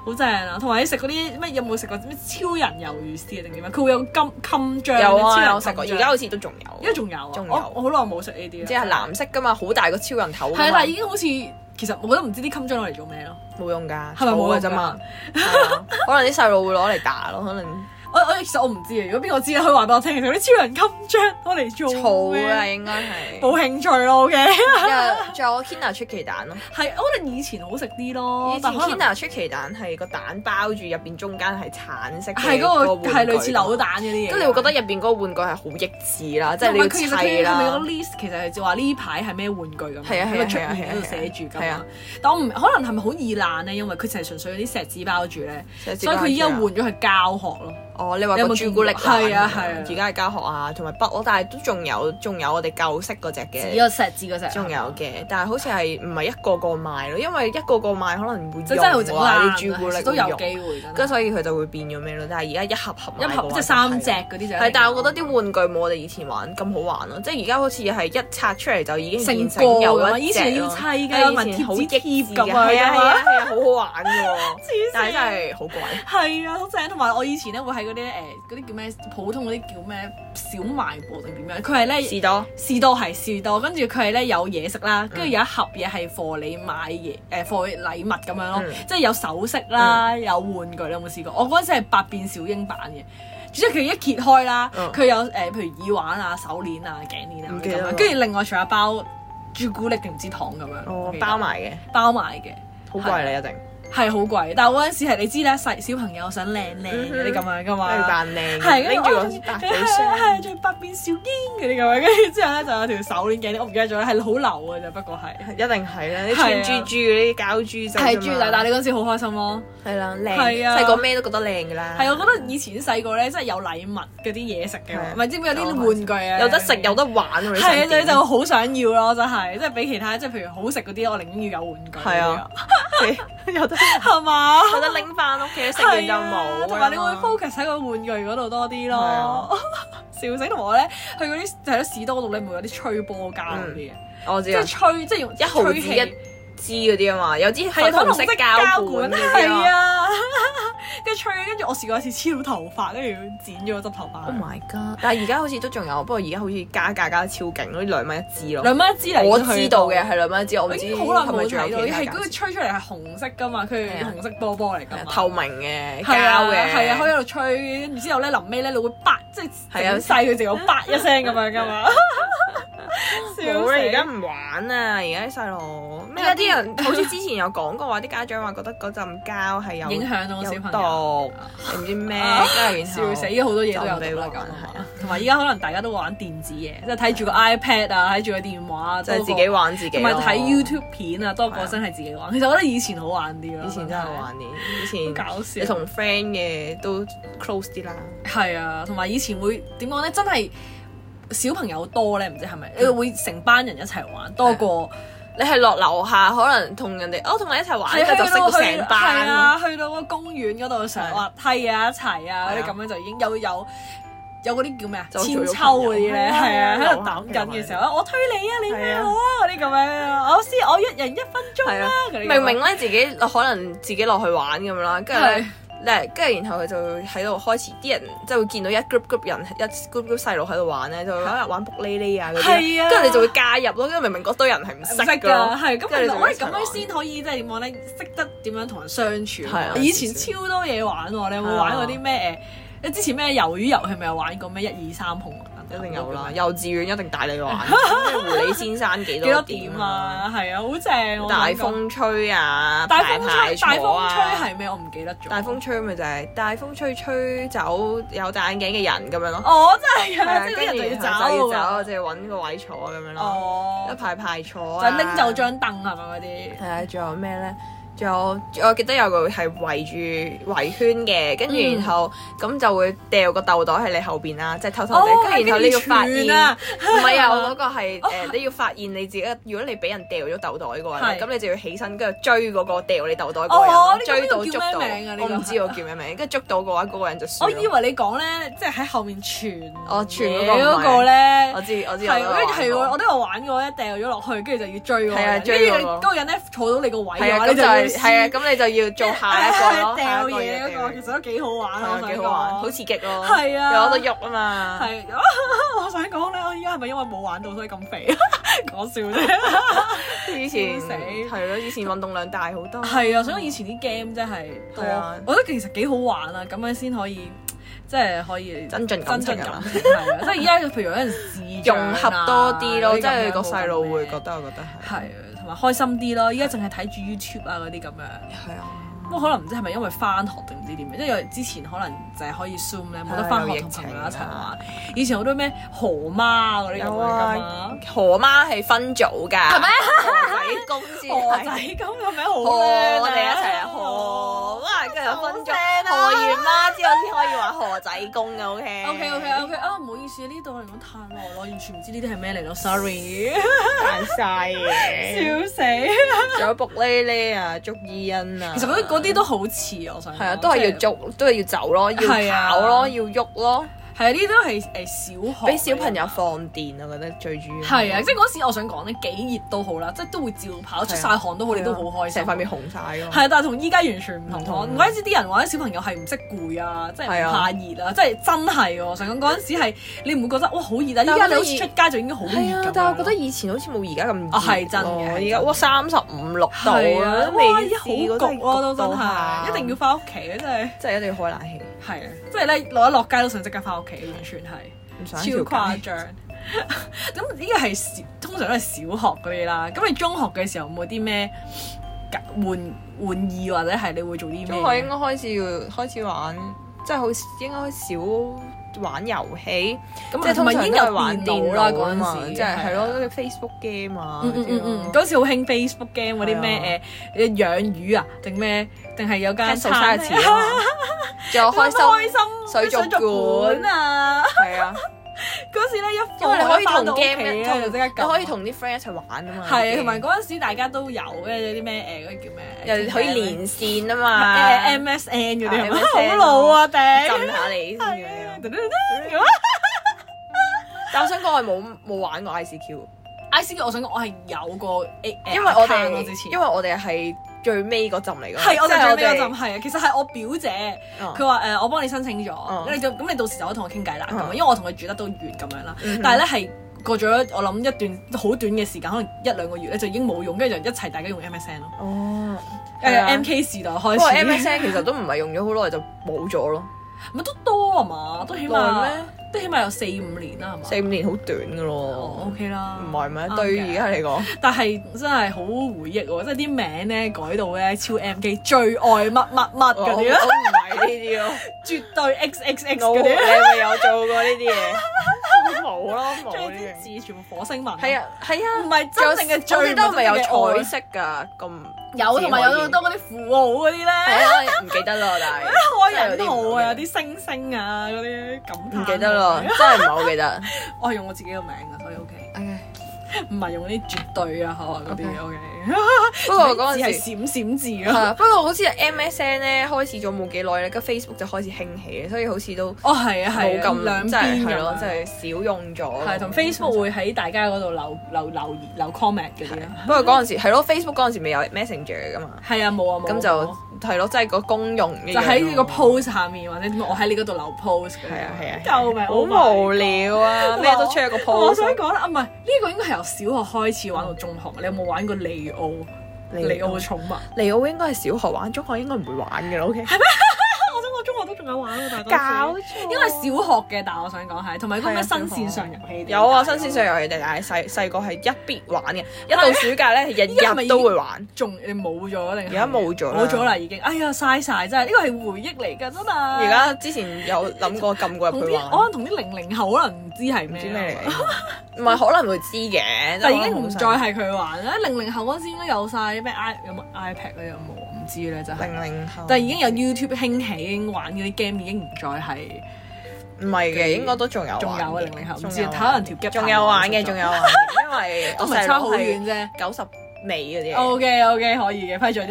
Speaker 2: 好正啊！同埋你食嗰啲咩有冇食過咩超人魷魚絲定點啊？佢會有個金襟章，
Speaker 1: 有
Speaker 2: 超
Speaker 1: 啊，
Speaker 2: 人
Speaker 1: 有食過，
Speaker 2: 襟
Speaker 1: 而家
Speaker 2: 章
Speaker 1: 好似都仲有。
Speaker 2: 而家仲有啊！
Speaker 1: 仲有
Speaker 2: 我我好耐冇食呢啲啦。
Speaker 1: 即係藍色噶嘛，好大個超人頭㗎嘛。
Speaker 2: 係啊，但係已經好似其實我都唔知啲襟章攞嚟做咩咯。
Speaker 1: 冇用㗎，
Speaker 2: 係咪冇用㗎
Speaker 1: 嘅啫嘛？係啊可能啲細路會攞嚟打咯，可 能
Speaker 2: 我我其實我唔知啊，如果邊個知咧，可以話俾我聽。其實啲超人襟章攞嚟做
Speaker 1: 燥啦，
Speaker 2: 咩？
Speaker 1: 啊應該係。
Speaker 2: 冇興趣咯，OK。
Speaker 1: 又仲有 Kinder 出奇蛋咯，
Speaker 2: 係，我覺得以前好食啲咯，
Speaker 1: 以前
Speaker 2: 哦但可能
Speaker 1: Kinder 出奇蛋係個蛋包住入邊中間係橙色嘅，
Speaker 2: 係嗰個係
Speaker 1: 係
Speaker 2: 類似扭。蛋嗰啲嘢。啊
Speaker 1: 跟住你會覺得入邊嗰個玩具係好益智啦，即係
Speaker 2: 同
Speaker 1: 你
Speaker 2: 埋
Speaker 1: 要
Speaker 2: 佢其實佢
Speaker 1: 砌
Speaker 2: 係咪有個
Speaker 1: 啦。
Speaker 2: list 其實係話呢排係咩玩具咁
Speaker 1: 係
Speaker 2: 樣？
Speaker 1: 啊係啊
Speaker 2: 佢個出
Speaker 1: 係啊係啊
Speaker 2: 現嗰度
Speaker 1: 係啊
Speaker 2: 寫住咁
Speaker 1: 係
Speaker 2: 樣
Speaker 1: 啊。
Speaker 2: 但我唔可能係咪好易爛咧？因為佢就係純粹有啲錫紙包住咧，
Speaker 1: 錫紙
Speaker 2: 所以佢依家
Speaker 1: 包住
Speaker 2: 換
Speaker 1: 啊
Speaker 2: 咗係膠殼咯。
Speaker 1: 哦，你話
Speaker 2: 你有
Speaker 1: 個
Speaker 2: 冇
Speaker 1: 朱古力
Speaker 2: 見過係
Speaker 1: 蛋
Speaker 2: 啊係啊
Speaker 1: 而家係膠殼啊，同埋筆咯，但係都仲有仲有我哋舊式嗰只嘅
Speaker 2: 只。有錫紙嗰隻。
Speaker 1: 仲有嘅，但係好似係唔係一個個賣咯，因為一個個賣可能會
Speaker 2: 就真係會整
Speaker 1: 用啊
Speaker 2: 爛
Speaker 1: 啲朱古力
Speaker 2: 都有
Speaker 1: 會用，
Speaker 2: 機會真係
Speaker 1: 跟所以佢就會變咗咩咯。但係而家一盒盒
Speaker 2: 一
Speaker 1: 買
Speaker 2: 盒
Speaker 1: 嘅話
Speaker 2: 即係三隻
Speaker 1: 就係
Speaker 2: 嗰啲就
Speaker 1: 啊係，但係我覺得啲玩具冇我哋以前玩咁好玩咯，即係而家好似係一拆出嚟就已經
Speaker 2: 成
Speaker 1: 變
Speaker 2: 個
Speaker 1: 有
Speaker 2: 㗎嘛
Speaker 1: 一
Speaker 2: 以前係要砌㗎
Speaker 1: 噶，
Speaker 2: 咪
Speaker 1: 以前好
Speaker 2: 貼紙
Speaker 1: 益
Speaker 2: 貼
Speaker 1: 智
Speaker 2: 咁
Speaker 1: 嘅，
Speaker 2: 樣
Speaker 1: 係啊係
Speaker 2: 㗎嘛
Speaker 1: 啊係啊，好好玩嘅 喎，
Speaker 2: 線
Speaker 1: 但係真係好貴。
Speaker 2: 係啊，好正！同埋我以前咧會喺嗰啲誒嗰啲叫咩普通嗰啲叫咩小賣部定點樣，佢係咧
Speaker 1: 士多
Speaker 2: 士多係士多，跟住佢係咧有嘢食啦，
Speaker 1: 嗯
Speaker 2: 跟住有一盒嘢係貨你買嘢誒貨禮物咁樣咯，
Speaker 1: 嗯
Speaker 2: 即係有首飾啦，有玩具，你有冇試過？我嗰陣時係百變小櫻版嘅。即係佢一揭開啦，
Speaker 1: 嗯
Speaker 2: 佢、有誒、呃譬如耳環啊、手鏈啊、頸鏈啊
Speaker 1: 唔記
Speaker 2: 咁
Speaker 1: 得啦
Speaker 2: 樣，跟住另外仲有一包朱古力定唔知糖咁樣，我
Speaker 1: 哦
Speaker 2: 記得
Speaker 1: 包埋嘅，
Speaker 2: 包埋嘅。
Speaker 1: 好貴啦一定，
Speaker 2: 係好貴，但係我嗰陣時係你知啦，細小朋友想靚靚
Speaker 1: 嗯
Speaker 2: 嗰啲咁樣噶
Speaker 1: 跟住
Speaker 2: 嘛，
Speaker 1: 扮靚，
Speaker 2: 係
Speaker 1: 拎住
Speaker 2: 跟
Speaker 1: 個
Speaker 2: 住
Speaker 1: 百
Speaker 2: 我
Speaker 1: 寶
Speaker 2: 仲係啊
Speaker 1: 箱。
Speaker 2: 係仲百變小櫻嗰啲咁樣，跟住之後咧就有條手鏈頸鏈，我唔記得咗啦，係好流嘅啫，不過係
Speaker 1: 一定係 啦，你
Speaker 2: 係
Speaker 1: 串
Speaker 2: 啊
Speaker 1: 珠珠嗰啲膠珠仔啫嘛，
Speaker 2: 係豬仔，但係你嗰陣時好開心咯，
Speaker 1: 係啦，
Speaker 2: 係啊
Speaker 1: 靚，細個咩都覺得靚噶啦。
Speaker 2: 係我覺得以前細個咧真係有禮物嗰啲嘢食
Speaker 1: 係
Speaker 2: 嘅，
Speaker 1: 啊
Speaker 2: 唔係知唔知有啲玩具啊，
Speaker 1: 有得食有得
Speaker 2: 得。
Speaker 1: 玩喎，
Speaker 2: 係啊，
Speaker 1: 你
Speaker 2: 你就好想要咯，真係，即係比其他，即係譬如好食嗰啲，我寧願要有玩具。
Speaker 1: 係啊，就 有得
Speaker 2: 係嘛？
Speaker 1: 有得拎翻屋企，食完就
Speaker 2: 係啊
Speaker 1: 冇。
Speaker 2: 同埋你會 focus 喺個玩具嗰度多啲
Speaker 1: 係
Speaker 2: 咯
Speaker 1: 啊。
Speaker 2: 笑死！同埋我咧去嗰啲就係喺士多嗰度咧，會有啲吹波膠嗰啲嘢，
Speaker 1: 我知
Speaker 2: 即
Speaker 1: 啊
Speaker 2: 係，吹即係用
Speaker 1: 一毫子
Speaker 2: 吹
Speaker 1: 一
Speaker 2: 氣
Speaker 1: 支嗰啲啊嘛，有支
Speaker 2: 係
Speaker 1: 粉
Speaker 2: 粉
Speaker 1: 紅
Speaker 2: 紅
Speaker 1: 色
Speaker 2: 色
Speaker 1: 膠
Speaker 2: 膠
Speaker 1: 管
Speaker 2: 管，
Speaker 1: 嗰啲
Speaker 2: 係
Speaker 1: 啊。
Speaker 2: 啊。 跟住吹，跟住我試過一次黐到頭髮，跟住要剪咗個執頭
Speaker 1: Oh
Speaker 2: 髮，
Speaker 1: my god！但係而家好似都仲有，不過而家好似加價加得超勁，嗰啲兩蚊一支咯。
Speaker 2: 兩蚊一支嚟。
Speaker 1: 我知道嘅。係兩蚊一支，我唔
Speaker 2: 我已
Speaker 1: 知
Speaker 2: 經好
Speaker 1: 係
Speaker 2: 耐冇
Speaker 1: 咪仲
Speaker 2: 睇
Speaker 1: 有
Speaker 2: 到，
Speaker 1: 其他
Speaker 2: 係嗰
Speaker 1: 價
Speaker 2: 個
Speaker 1: 錢
Speaker 2: 吹出嚟係紅色噶嘛，佢
Speaker 1: 係啊
Speaker 2: 紅色波波嚟噶嘛，
Speaker 1: 透明嘅膠
Speaker 2: 係啊，
Speaker 1: 嘅，
Speaker 2: 係啊，可以喺度吹，然之後咧臨尾咧，你會叭，即係
Speaker 1: 係啊
Speaker 2: 整細佢，淨有叭一聲咁樣噶嘛。笑
Speaker 1: 冇啦，
Speaker 2: 死！啊
Speaker 1: 而家唔玩啊！而家啲細路，咩有啲人好似之前有講過話，啲家長話覺得嗰陣膠係有
Speaker 2: 影響到小朋
Speaker 1: 有
Speaker 2: 友，
Speaker 1: 毒，唔知 咩，跟住然後
Speaker 2: 笑死！而家好多嘢都
Speaker 1: 就
Speaker 2: 有
Speaker 1: 唔俾
Speaker 2: 毒啦
Speaker 1: 玩
Speaker 2: 咁
Speaker 1: 係
Speaker 2: 啊
Speaker 1: 啊，
Speaker 2: 同埋而家可能大家都玩電子嘢，即係睇住個 iPad 啊，睇住個電話啊，
Speaker 1: 就
Speaker 2: 就
Speaker 1: 係自己，玩自己
Speaker 2: 同
Speaker 1: 咯，
Speaker 2: 埋睇 YouTube 片啊，多過真係自己玩。其實我覺得以前好玩啲咯，
Speaker 1: 以前真係玩啲，以前
Speaker 2: 好搞笑
Speaker 1: 你同 friend 嘅都 close 啲啦，
Speaker 2: 係啊，同埋以前會點講咧？真係小朋友多咧，唔知係咪？
Speaker 1: 嗯
Speaker 2: 你會成班人一齊玩多過。
Speaker 1: 你係落樓下可能同人哋，我哦同你一齊玩，
Speaker 2: 係啊
Speaker 1: 跟住就
Speaker 2: 去
Speaker 1: 識
Speaker 2: 到
Speaker 1: 到成
Speaker 2: 去係
Speaker 1: 班。
Speaker 2: 啊
Speaker 1: 啊
Speaker 2: 啊，去到個公園嗰度上滑梯啊，一齊啊，嗰啲咁樣就已經有有有嗰啲叫咩啊？
Speaker 1: 就
Speaker 2: 千
Speaker 1: 做咗
Speaker 2: 秋
Speaker 1: 朋友
Speaker 2: 嗰啲咧，係啊，
Speaker 1: 係
Speaker 2: 喺
Speaker 1: 啊
Speaker 2: 度抌緊嘅時候，
Speaker 1: 流
Speaker 2: 我推你啊，你
Speaker 1: 係
Speaker 2: 咩
Speaker 1: 啊
Speaker 2: 我啊嗰啲咁樣，我先我一人一分鐘
Speaker 1: 係
Speaker 2: 啦
Speaker 1: 啊，
Speaker 2: 嗰啲咁樣
Speaker 1: 明明咧自己可能自己落去玩咁樣啦，跟住
Speaker 2: 係
Speaker 1: 咧。咧，跟住然後佢就會喺度開始，啲人即係會見到一 group group 人一 group group 細路喺度玩咧，就會喺度玩卜哩哩啊嗰
Speaker 2: 係
Speaker 1: 啲，
Speaker 2: 啊
Speaker 1: 跟住你就會介入咯。跟住明明嗰堆人係唔
Speaker 2: 唔
Speaker 1: 識
Speaker 2: 識
Speaker 1: 㗎咯
Speaker 2: 㗎，，係咁
Speaker 1: 跟住
Speaker 2: 其
Speaker 1: 就
Speaker 2: 實
Speaker 1: 會
Speaker 2: 喂
Speaker 1: 一齊
Speaker 2: 咁
Speaker 1: 玩
Speaker 2: 樣先可以即係點講咧，識得點樣同人相處。
Speaker 1: 係啊
Speaker 2: 以前超多嘢玩喎，你有冇玩嗰啲咩誒？你之前咩魷魚遊戲咪有玩過咩一二三紅啊？
Speaker 1: 一定有 啦。幼稚園一定帶你玩，咩狐狸先生幾
Speaker 2: 幾
Speaker 1: 多
Speaker 2: 多
Speaker 1: 點
Speaker 2: 點
Speaker 1: 啊，
Speaker 2: 啊？係啊，好正！我
Speaker 1: 大
Speaker 2: 想講
Speaker 1: 風吹啊，
Speaker 2: 大
Speaker 1: 排
Speaker 2: 風
Speaker 1: 排
Speaker 2: 吹大
Speaker 1: 坐
Speaker 2: 風
Speaker 1: 啊
Speaker 2: 吹。係咩？我唔記得咗。
Speaker 1: 大風吹咪就係大風吹吹走有戴眼鏡嘅人咁樣咯，
Speaker 2: 哦，真係
Speaker 1: 係啊
Speaker 2: 啊，即係
Speaker 1: 跟
Speaker 2: 啲人
Speaker 1: 住
Speaker 2: 就
Speaker 1: 然
Speaker 2: 要
Speaker 1: 後
Speaker 2: 走
Speaker 1: 就要走，就要揾個位坐咁樣咯，一
Speaker 2: 哦，
Speaker 1: 排排坐啊
Speaker 2: 就拎走。張凳係咪嗰啲？
Speaker 1: 係啊，仲有咩咧？仲有我記得有個係圍住圍圈嘅，跟住
Speaker 2: 嗯
Speaker 1: 然後咁就會掉個豆袋喺你後邊啦，即係偷偷
Speaker 2: 哦
Speaker 1: 地，，跟住然後你要發
Speaker 2: 係
Speaker 1: 現
Speaker 2: 啊。。
Speaker 1: 唔係 啊，我嗰個係誒，你要發現你自己，如果你俾人掉咗豆袋嘅話
Speaker 2: 係
Speaker 1: 咧，咁你就要起身，跟住追嗰個掉你豆袋嗰個人咯
Speaker 2: 哦呢，個
Speaker 1: 追到
Speaker 2: 呢個
Speaker 1: 捉
Speaker 2: 叫咩
Speaker 1: 到，
Speaker 2: 名啊呢個
Speaker 1: 我唔知我叫咩名，跟住捉到嘅話，嗰個人就輸
Speaker 2: 我
Speaker 1: 咯。
Speaker 2: 以為你講咧，即係喺後面傳
Speaker 1: 哦傳嗰個
Speaker 2: 嘢嗰個
Speaker 1: 我
Speaker 2: 咧。
Speaker 1: 知我知，
Speaker 2: 係，
Speaker 1: 我
Speaker 2: 跟住
Speaker 1: 都
Speaker 2: 係
Speaker 1: 有
Speaker 2: 喎，
Speaker 1: 玩
Speaker 2: 我
Speaker 1: 過
Speaker 2: 都有玩過咧，掉咗落去，跟住就要追喎。
Speaker 1: 係啊
Speaker 2: 跟住
Speaker 1: 追嗰
Speaker 2: 你
Speaker 1: 個
Speaker 2: 嗰個人咧坐到你個位
Speaker 1: 係
Speaker 2: 嘅
Speaker 1: 啊，
Speaker 2: 話，
Speaker 1: 咁
Speaker 2: 你
Speaker 1: 就係
Speaker 2: 要
Speaker 1: 係啊，
Speaker 2: 輸
Speaker 1: 咁你就要做下一個咯，下
Speaker 2: 掉
Speaker 1: 一個
Speaker 2: 嘢嗰個，
Speaker 1: 掉
Speaker 2: 其實都幾好玩
Speaker 1: 係
Speaker 2: 啊
Speaker 1: 啊，幾好玩，好
Speaker 2: 似
Speaker 1: 刺激咯，
Speaker 2: 係啊
Speaker 1: 有得喐啊嘛，
Speaker 2: 係。 我想講咧，我而家係咪因為冇玩到所以咁肥？ 講笑啫。
Speaker 1: 以前
Speaker 2: 笑死
Speaker 1: 係咯，以前運動量大好多，
Speaker 2: 係啊，所以以前啲 game 真係多
Speaker 1: 哦係啊，
Speaker 2: 我覺得其實幾好玩啊，咁樣先可以即係可以
Speaker 1: 增進感
Speaker 2: 增
Speaker 1: 情
Speaker 2: 進
Speaker 1: 啊
Speaker 2: 感情係啊，即係而家譬如有陣視像
Speaker 1: 融
Speaker 2: 啊
Speaker 1: 合多啲咯，即係個
Speaker 2: 嗰啲咁樣
Speaker 1: 細路會
Speaker 2: 冇咁
Speaker 1: 覺
Speaker 2: 咩
Speaker 1: 得，我覺得係
Speaker 2: 係啊，同埋開心啲咯。依家淨係睇住 YouTube 啊嗰啲咁樣，
Speaker 1: 係啊。
Speaker 2: 咁可能唔知係咪因為翻學定唔知點樣，因為有之前可能就係可以 Zoom 咧，冇得
Speaker 1: 係
Speaker 2: 翻
Speaker 1: 有
Speaker 2: 學
Speaker 1: 疫
Speaker 2: 同朋
Speaker 1: 情
Speaker 2: 友一齊
Speaker 1: 啊
Speaker 2: 玩。以前好多咩河媽嗰啲咁樣
Speaker 1: 有
Speaker 2: 噶嘛
Speaker 1: 啊。，河媽係分組㗎，係咩？河仔公司
Speaker 2: 河仔咁咁樣好
Speaker 1: 啊河，
Speaker 2: 靚啊
Speaker 1: 我哋一齊河媽，跟住又分組，
Speaker 2: 好
Speaker 1: 河完媽之後先可以話河仔公嘅，OK。
Speaker 2: O K O K O K 啊，唔好意思，呢度嚟講太耐啦，我完全唔知呢啲係咩嚟咯，sorry，
Speaker 1: 大晒嘅，
Speaker 2: 笑死。
Speaker 1: 仲有卜哩哩啊，捉伊恩啊，
Speaker 2: 其實嗰啲嗰啲都好似啊我想講
Speaker 1: 係啊，都係要，捉，都係要走咯，要
Speaker 2: 係啊
Speaker 1: 跑咯，要喐咯，
Speaker 2: 係啊，呢啲都係誒小學
Speaker 1: 俾小朋友放電，啊我覺得最主要
Speaker 2: 係啊，即係嗰時我想講咧，幾熱都好啦，即係都會照跑，出晒汗都好，你都好開心，
Speaker 1: 啊成塊面紅晒咯。
Speaker 2: 係啊，但係同依家完全唔同
Speaker 1: 唔
Speaker 2: 咯。
Speaker 1: 同
Speaker 2: 唔怪之啲人話啲小朋友係唔識攰啊，即係
Speaker 1: 係
Speaker 2: 唔
Speaker 1: 啊
Speaker 2: 怕熱啊，即係真係喎。我想講嗰陣時係你唔會覺得哇好熱啊，依
Speaker 1: 但係
Speaker 2: 家你好
Speaker 1: 我
Speaker 2: 似
Speaker 1: 覺
Speaker 2: 出
Speaker 1: 得
Speaker 2: 街就已經好熱
Speaker 1: 係
Speaker 2: 咁
Speaker 1: 啊
Speaker 2: 樣，
Speaker 1: 但係我覺
Speaker 2: 咯
Speaker 1: 得以前好似冇而家咁熱
Speaker 2: 啊係真嘅
Speaker 1: 咯
Speaker 2: 係
Speaker 1: 而家哇三十五六度啊，都
Speaker 2: 哇！
Speaker 1: 未
Speaker 2: 依家好
Speaker 1: 試過
Speaker 2: 焗啊咯，都
Speaker 1: 真
Speaker 2: 真
Speaker 1: 係焗到喊
Speaker 2: 係，一定要翻屋企啊！真係
Speaker 1: 真係一定要開冷氣，
Speaker 2: 係啊，即係咧落一落街都想即刻翻屋企，完全係
Speaker 1: 唔想
Speaker 2: 超誇
Speaker 1: 誇
Speaker 2: 張。 咁呢個係小通常都係小學嗰啲啦。咁你中學嘅時候有冇啲咩換換意或者係你會做啲
Speaker 1: 中學應
Speaker 2: 咩？
Speaker 1: 該開始要開始玩，即係好似應該少玩遊戲，
Speaker 2: 咁啊
Speaker 1: 即係啊
Speaker 2: 同
Speaker 1: 通
Speaker 2: 埋已
Speaker 1: 常
Speaker 2: 經
Speaker 1: 都
Speaker 2: 有
Speaker 1: 係玩
Speaker 2: 電腦
Speaker 1: 電
Speaker 2: 啦
Speaker 1: 腦
Speaker 2: 嗰
Speaker 1: 嗰陣
Speaker 2: 陣時，
Speaker 1: 時，即係係
Speaker 2: 係
Speaker 1: 咯
Speaker 2: 啊。
Speaker 1: Facebook game 啊
Speaker 2: 嗯
Speaker 1: 嗰
Speaker 2: 嗯
Speaker 1: 啲
Speaker 2: 嗯
Speaker 1: 咯，
Speaker 2: 嗯，嗰時好興 Facebook game 嗰啲咩誒養魚啊，定咩定係有間
Speaker 1: Cancel 晒
Speaker 2: 餐廳
Speaker 1: 錢啊嘛，仲有 開
Speaker 2: 開
Speaker 1: 心，水
Speaker 2: 心
Speaker 1: 族
Speaker 2: 館啊！
Speaker 1: 係啊，
Speaker 2: 嗰時咧一
Speaker 1: 因為你可以同 game
Speaker 2: 咧
Speaker 1: 一
Speaker 2: 就即刻
Speaker 1: 你可以同啲 friend 一齊玩啊嘛，
Speaker 2: 係
Speaker 1: 已
Speaker 2: 啊，
Speaker 1: 經
Speaker 2: 同埋嗰陣時大家都有嘅有啲咩誒嗰啲叫咩？
Speaker 1: 又可以連線啊
Speaker 2: 誒
Speaker 1: 嘛，
Speaker 2: MSN 嗰啲係咪
Speaker 1: 啊
Speaker 2: 好
Speaker 1: MSN
Speaker 2: 老啊頂！
Speaker 1: 震下你先咁
Speaker 2: 係啊
Speaker 1: 樣。
Speaker 2: 嘟嘟嘟咁
Speaker 1: 但我想講，我係冇冇玩過 ICQ，
Speaker 2: ICQ 我想講我係有個 A
Speaker 1: 因為我
Speaker 2: account 咯之
Speaker 1: 哋
Speaker 2: 前
Speaker 1: 因為我哋係最尾嗰陣嚟㗎嘛，
Speaker 2: 係我
Speaker 1: 即
Speaker 2: 哋
Speaker 1: 係哦
Speaker 2: 最尾嗰陣係啊，其實係我表姐，
Speaker 1: 我
Speaker 2: 佢
Speaker 1: 哋，
Speaker 2: 話誒我幫你申請
Speaker 1: 嗯
Speaker 2: 咗，你就咁你到時就可以同我傾偈啦咁樣，
Speaker 1: 嗯
Speaker 2: 因為我同佢住得都遠咁樣啦。
Speaker 1: 嗯
Speaker 2: 但係咧係過咗我諗一段好短嘅時間，可能一兩個月咧就已經冇用，跟住就一齊大家用 MSN 咯。
Speaker 1: 哦，係
Speaker 2: 誒
Speaker 1: 啊
Speaker 2: MK 時代
Speaker 1: 不過
Speaker 2: 開始。
Speaker 1: MSN 其實都唔係用咗好耐就冇咗咯，
Speaker 2: 咪都多啊嘛，都起
Speaker 1: 耐
Speaker 2: 碼
Speaker 1: 咩？
Speaker 2: 都起碼有四五年啦，係嘛？
Speaker 1: 四五年好短㗎
Speaker 2: 哦
Speaker 1: 咯，
Speaker 2: ，OK 啦，
Speaker 1: 唔係咩？
Speaker 2: 啱
Speaker 1: 對
Speaker 2: 嘅
Speaker 1: 而家，嚟講，
Speaker 2: 但係真係好回憶喎，即係啲名咧改到咧超 M K 最愛乜乜乜
Speaker 1: 我
Speaker 2: 嗰
Speaker 1: 哦我唔
Speaker 2: 啲啦，
Speaker 1: 係呢啲咯，
Speaker 2: 絕對 X X X
Speaker 1: 我
Speaker 2: 嗰
Speaker 1: 你
Speaker 2: 啲，啊
Speaker 1: 咪有做過呢 啲嘢？冇咯，冇
Speaker 2: 將
Speaker 1: 呢
Speaker 2: 啲
Speaker 1: 樣。
Speaker 2: 字全部火星文，
Speaker 1: 係，啊，係啊，
Speaker 2: 唔係真正嘅最，
Speaker 1: 我記得咪有
Speaker 2: 唔
Speaker 1: 彩
Speaker 2: 係真正嘅愛，
Speaker 1: 色㗎，咁
Speaker 2: 有同埋有好多嗰啲符號嗰啲咧，
Speaker 1: 係啊，唔記得啦，但 係
Speaker 2: 開
Speaker 1: 真係有
Speaker 2: 人
Speaker 1: 啲唔
Speaker 2: 圖啊，
Speaker 1: 記得
Speaker 2: 有啲星星啊嗰啲感嘆
Speaker 1: 唔記得啦，真係唔係好記得。
Speaker 2: 我係用我自己個名㗎，所以 OK。
Speaker 1: OK，
Speaker 2: 唔係用啲絕對啊，可嗰啲 OK。
Speaker 1: 不過嗰陣時
Speaker 2: 只係閃閃字
Speaker 1: 係
Speaker 2: 咯。
Speaker 1: 啊，不過好似 MSN 咧開始咗冇幾耐咧，跟 Facebook 就開始興起，所以好似都
Speaker 2: 哦，係啊，
Speaker 1: 冇
Speaker 2: 係啊
Speaker 1: 咁
Speaker 2: 兩
Speaker 1: 即係
Speaker 2: 邊
Speaker 1: 係
Speaker 2: 咁
Speaker 1: 咯
Speaker 2: 啊，
Speaker 1: 即係少用咗。
Speaker 2: 係同 Facebook 會喺大家嗰度留留留言留 comment 嗰啲啊。
Speaker 1: 不過嗰陣時係咯，Facebook 嗰陣時未有 Messenger 噶嘛，
Speaker 2: 係啊，冇啊冇啊。
Speaker 1: 咁
Speaker 2: 冇
Speaker 1: 就
Speaker 2: 啊
Speaker 1: 係咯，即係啊個公用嘅
Speaker 2: 就喺
Speaker 1: 樣
Speaker 2: 呢個
Speaker 1: 咯
Speaker 2: post 下面，或者點我喺你嗰度留 post 嗰啲。
Speaker 1: 係啊係啊，
Speaker 2: 救命！
Speaker 1: 好
Speaker 2: oh my
Speaker 1: 無
Speaker 2: God
Speaker 1: 聊 啊，咩都出一個
Speaker 2: 我想
Speaker 1: post。
Speaker 2: 講啦，啊唔係呢個應該係由小學開始玩到中學。你有冇玩過利奧？利奧嘅寵物？
Speaker 1: 嚟澳應該係小學玩，中學應該唔會玩嘅啦。O K，
Speaker 2: 我想我中學都仲有玩喎，大
Speaker 1: 搞
Speaker 2: 哥。
Speaker 1: 錯，
Speaker 2: 因為小學嘅，但係我想講係，同埋嗰個
Speaker 1: 係啊
Speaker 2: 咩新
Speaker 1: 小學
Speaker 2: 線上遊戲。
Speaker 1: 有啊，新鮮上遊戲，但係細細個係一必玩嘅，一到暑假咧日日都會玩。
Speaker 2: 仲你冇咗定係？
Speaker 1: 而家冇咗啦
Speaker 2: 冇咗啦已經。哎呀，嘥晒真係，呢個係回憶嚟㗎，真係。
Speaker 1: 而
Speaker 2: 而
Speaker 1: 家之前有諗過撳過
Speaker 2: 同
Speaker 1: 入去
Speaker 2: 啲我可
Speaker 1: 玩，
Speaker 2: 能同啲零零後可能唔知係
Speaker 1: 唔
Speaker 2: 咩
Speaker 1: 知
Speaker 2: 啊
Speaker 1: 咩嚟嘅，唔係可能會知嘅，
Speaker 2: 但已經唔再
Speaker 1: 係
Speaker 2: 係佢玩啦。零零後嗰陣時應該有晒咩 i 有冇 iPad 咧有冇？唔知咧真係。
Speaker 1: 零零後，
Speaker 2: 但係已經有 YouTube 興起，已經玩嗰啲 game 已經唔再係
Speaker 1: 唔係嘅，應該都仲有玩嘅
Speaker 2: 仲有啊零零後，唔知
Speaker 1: 仲有
Speaker 2: 睇
Speaker 1: 玩
Speaker 2: 可能條 gap
Speaker 1: 仲有玩嘅，仲有玩嘅，因為
Speaker 2: 都
Speaker 1: 我
Speaker 2: 唔係
Speaker 1: 細
Speaker 2: 差
Speaker 1: 佬
Speaker 2: 好
Speaker 1: 係
Speaker 2: 遠啫。
Speaker 1: 九十尾嗰啲，
Speaker 2: O K O K 可以嘅，批准。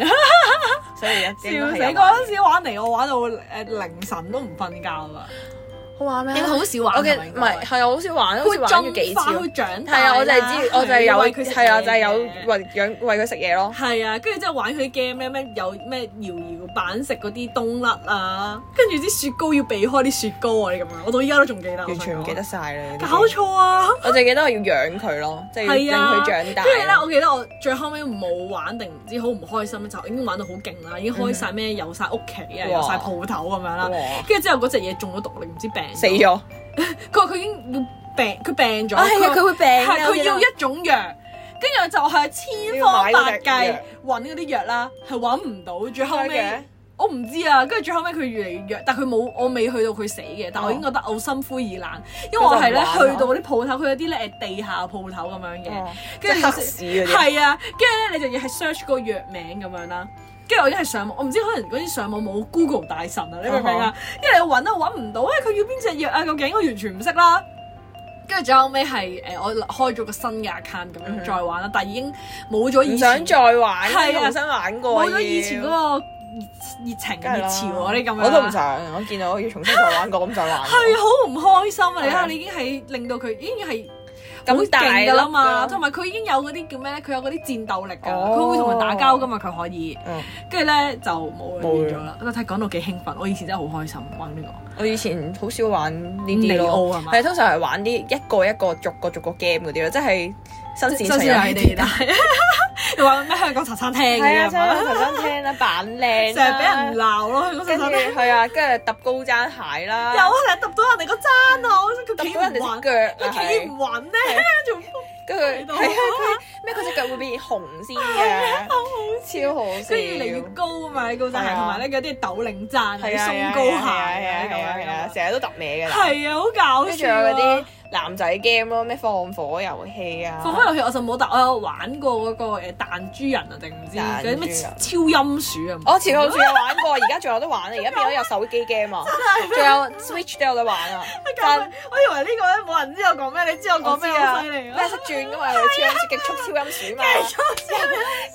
Speaker 1: 所以笑
Speaker 2: 笑死！嗰陣時玩嚟，我玩到誒凌晨都唔瞓覺啊！
Speaker 1: 好玩咩
Speaker 2: 你好少玩
Speaker 1: 我嘅
Speaker 2: 係咪應
Speaker 1: 唔
Speaker 2: 該
Speaker 1: 係係啊，好少玩，好
Speaker 2: 會
Speaker 1: 似玩咗
Speaker 2: 進
Speaker 1: 幾
Speaker 2: 化，
Speaker 1: 次咯
Speaker 2: 會。長大
Speaker 1: 係
Speaker 2: 啦
Speaker 1: 啊，我就係知，我就係有，
Speaker 2: 喂佢食
Speaker 1: 係啊，
Speaker 2: 嘢
Speaker 1: 就係有
Speaker 2: 嘅
Speaker 1: 喂養喂佢食嘢咯。
Speaker 2: 係啊，跟住之後玩佢 game 咧，咩有咩搖搖板食嗰啲冬甩啊，跟住啲雪糕要避開啲雪糕啊，你咁樣，我到依家都仲記得，
Speaker 1: 完全唔記得
Speaker 2: 我
Speaker 1: 晒啦。
Speaker 2: 想講。搞！錯啊！
Speaker 1: 我就記得我要養佢咯，即係要令
Speaker 2: 係啊
Speaker 1: 佢長大。
Speaker 2: 跟住咧，我記得我最後尾冇玩定唔知好唔開心咧，就已經玩到好勁啦，已經開晒咩有晒屋企啊，有
Speaker 1: 嗯
Speaker 2: 晒
Speaker 1: 哇
Speaker 2: 鋪頭咁樣啦。
Speaker 1: 哇
Speaker 2: 跟住之後嗰只嘢中咗毒，你唔知病
Speaker 1: 死咗啊！
Speaker 2: 佢話佢已經會病，佢病咗。
Speaker 1: 係啊，佢會病㗎
Speaker 2: 係
Speaker 1: 我
Speaker 2: 佢
Speaker 1: 記得
Speaker 2: 要一種藥，跟住就係千方百計揾嗰啲藥啦，係揾唔到，最後尾
Speaker 1: 嘅。
Speaker 2: 我唔知啊，跟住最後尾佢越嚟越弱，但佢冇我未去到佢死嘅，但我已經覺得我心灰意冷，因為我係咧
Speaker 1: 哦佢
Speaker 2: 去
Speaker 1: 就唔玩啦
Speaker 2: 到啲鋪頭，佢有啲咧誒地下鋪頭咁樣嘅，
Speaker 1: 哦
Speaker 2: 啊跟
Speaker 1: 即
Speaker 2: 住
Speaker 1: 係黑市嗰啲。
Speaker 2: 係啊，跟住咧你就要係 search 個藥名咁樣啦。跟住我已經係上網，我唔知可能嗰啲上網冇 Google 大神啊，你明唔明啊？因為我揾都揾唔到，哎誒佢要邊隻藥啊？究竟我完全唔識啦。跟住最後尾係誒，我開咗個新嘅 account 咁
Speaker 1: 嗯
Speaker 2: 樣
Speaker 1: 哼
Speaker 2: 再玩啦，但已經冇咗以
Speaker 1: 唔想
Speaker 2: 前
Speaker 1: 再玩，
Speaker 2: 係啊
Speaker 1: 重新玩過。
Speaker 2: 冇咗以前嗰個熱熱情
Speaker 1: 梗係啦
Speaker 2: 熱潮嗰啲咁樣，
Speaker 1: 我都唔。想。我見到我要重新再玩過，咁就玩。
Speaker 2: 係啊好唔開心啊！你睇下，
Speaker 1: 係
Speaker 2: 你已經係令到佢已經係好
Speaker 1: 咁大
Speaker 2: 勁㗎啦嘛，
Speaker 1: 粒㗎
Speaker 2: 同埋佢已經有嗰啲叫咩咧？佢有嗰啲戰鬥力㗎，
Speaker 1: 哦
Speaker 2: 佢會同人打交㗎嘛，佢可以
Speaker 1: 嗯。
Speaker 2: 跟住咧就冇啦，
Speaker 1: 冇
Speaker 2: 完
Speaker 1: 啦
Speaker 2: 咗啦。我睇講到幾興奮，我以前真係好開心玩呢個
Speaker 1: 我以前好少玩呢
Speaker 2: 利
Speaker 1: 啲咯。
Speaker 2: 奧係嘛？
Speaker 1: 係啊通常係玩啲一個一個逐個逐個 game 嗰啲咯，即係啊新
Speaker 2: 新
Speaker 1: 鮮
Speaker 2: 鮮
Speaker 1: 上
Speaker 2: 係
Speaker 1: 有啲
Speaker 2: 地帶， 你話咩香港茶餐廳
Speaker 1: 係啊，
Speaker 2: 嘅
Speaker 1: 真係
Speaker 2: 嘛？
Speaker 1: 頭先聽啦，扮靚
Speaker 2: 成
Speaker 1: 啦
Speaker 2: 日俾人鬧咯，香港茶
Speaker 1: 跟住
Speaker 2: 餐廳。
Speaker 1: 係啊，跟住揼高踭鞋啦，
Speaker 2: 有啊，成日揼到人哋個踭啊！我想佢企
Speaker 1: 揼
Speaker 2: 唔
Speaker 1: 到人哋
Speaker 2: 穩，
Speaker 1: 隻腳
Speaker 2: 佢
Speaker 1: 啊，
Speaker 2: 企唔
Speaker 1: 係
Speaker 2: 穩咧， 仲
Speaker 1: 跟
Speaker 2: 喺
Speaker 1: 住
Speaker 2: 度
Speaker 1: 係啊，佢咩佢隻腳會變紅先嘅，超好笑，
Speaker 2: 跟住越嚟越高啊嘛，啲高踭
Speaker 1: 係
Speaker 2: 鞋
Speaker 1: 啊
Speaker 2: 同埋咧嗰啲係斗領踭啊，啲
Speaker 1: 係啊，
Speaker 2: 鬆高鞋
Speaker 1: 係啊，係啊，係啊，
Speaker 2: 啊
Speaker 1: 係啊
Speaker 2: 咁樣，
Speaker 1: 成日都揼歪㗎啦。
Speaker 2: 係啊，好搞
Speaker 1: 跟住
Speaker 2: 笑
Speaker 1: 仲有嗰
Speaker 2: 啊
Speaker 1: 啲！男仔 game 咯，咩放火遊戲啊，
Speaker 2: 放開遊戲我就冇，但我有玩過嗰個誒彈珠人啊，定唔知嗰
Speaker 1: 彈
Speaker 2: 啲咩
Speaker 1: 珠人哦
Speaker 2: 超音鼠啊？
Speaker 1: 我前後好似有玩過，而家仲有得 玩啊！而家變咗有手機 game 啊，仲有 Switch 都有得玩啊！
Speaker 2: 搞
Speaker 1: 真
Speaker 2: 我以為呢個咧冇人知我講咩，你知 我
Speaker 1: 我
Speaker 2: 講
Speaker 1: 知
Speaker 2: 咩
Speaker 1: 啊，
Speaker 2: 好犀利
Speaker 1: 咩
Speaker 2: 啊！哎
Speaker 1: 識轉噶嘛？佢超音速極速超音鼠 嘛，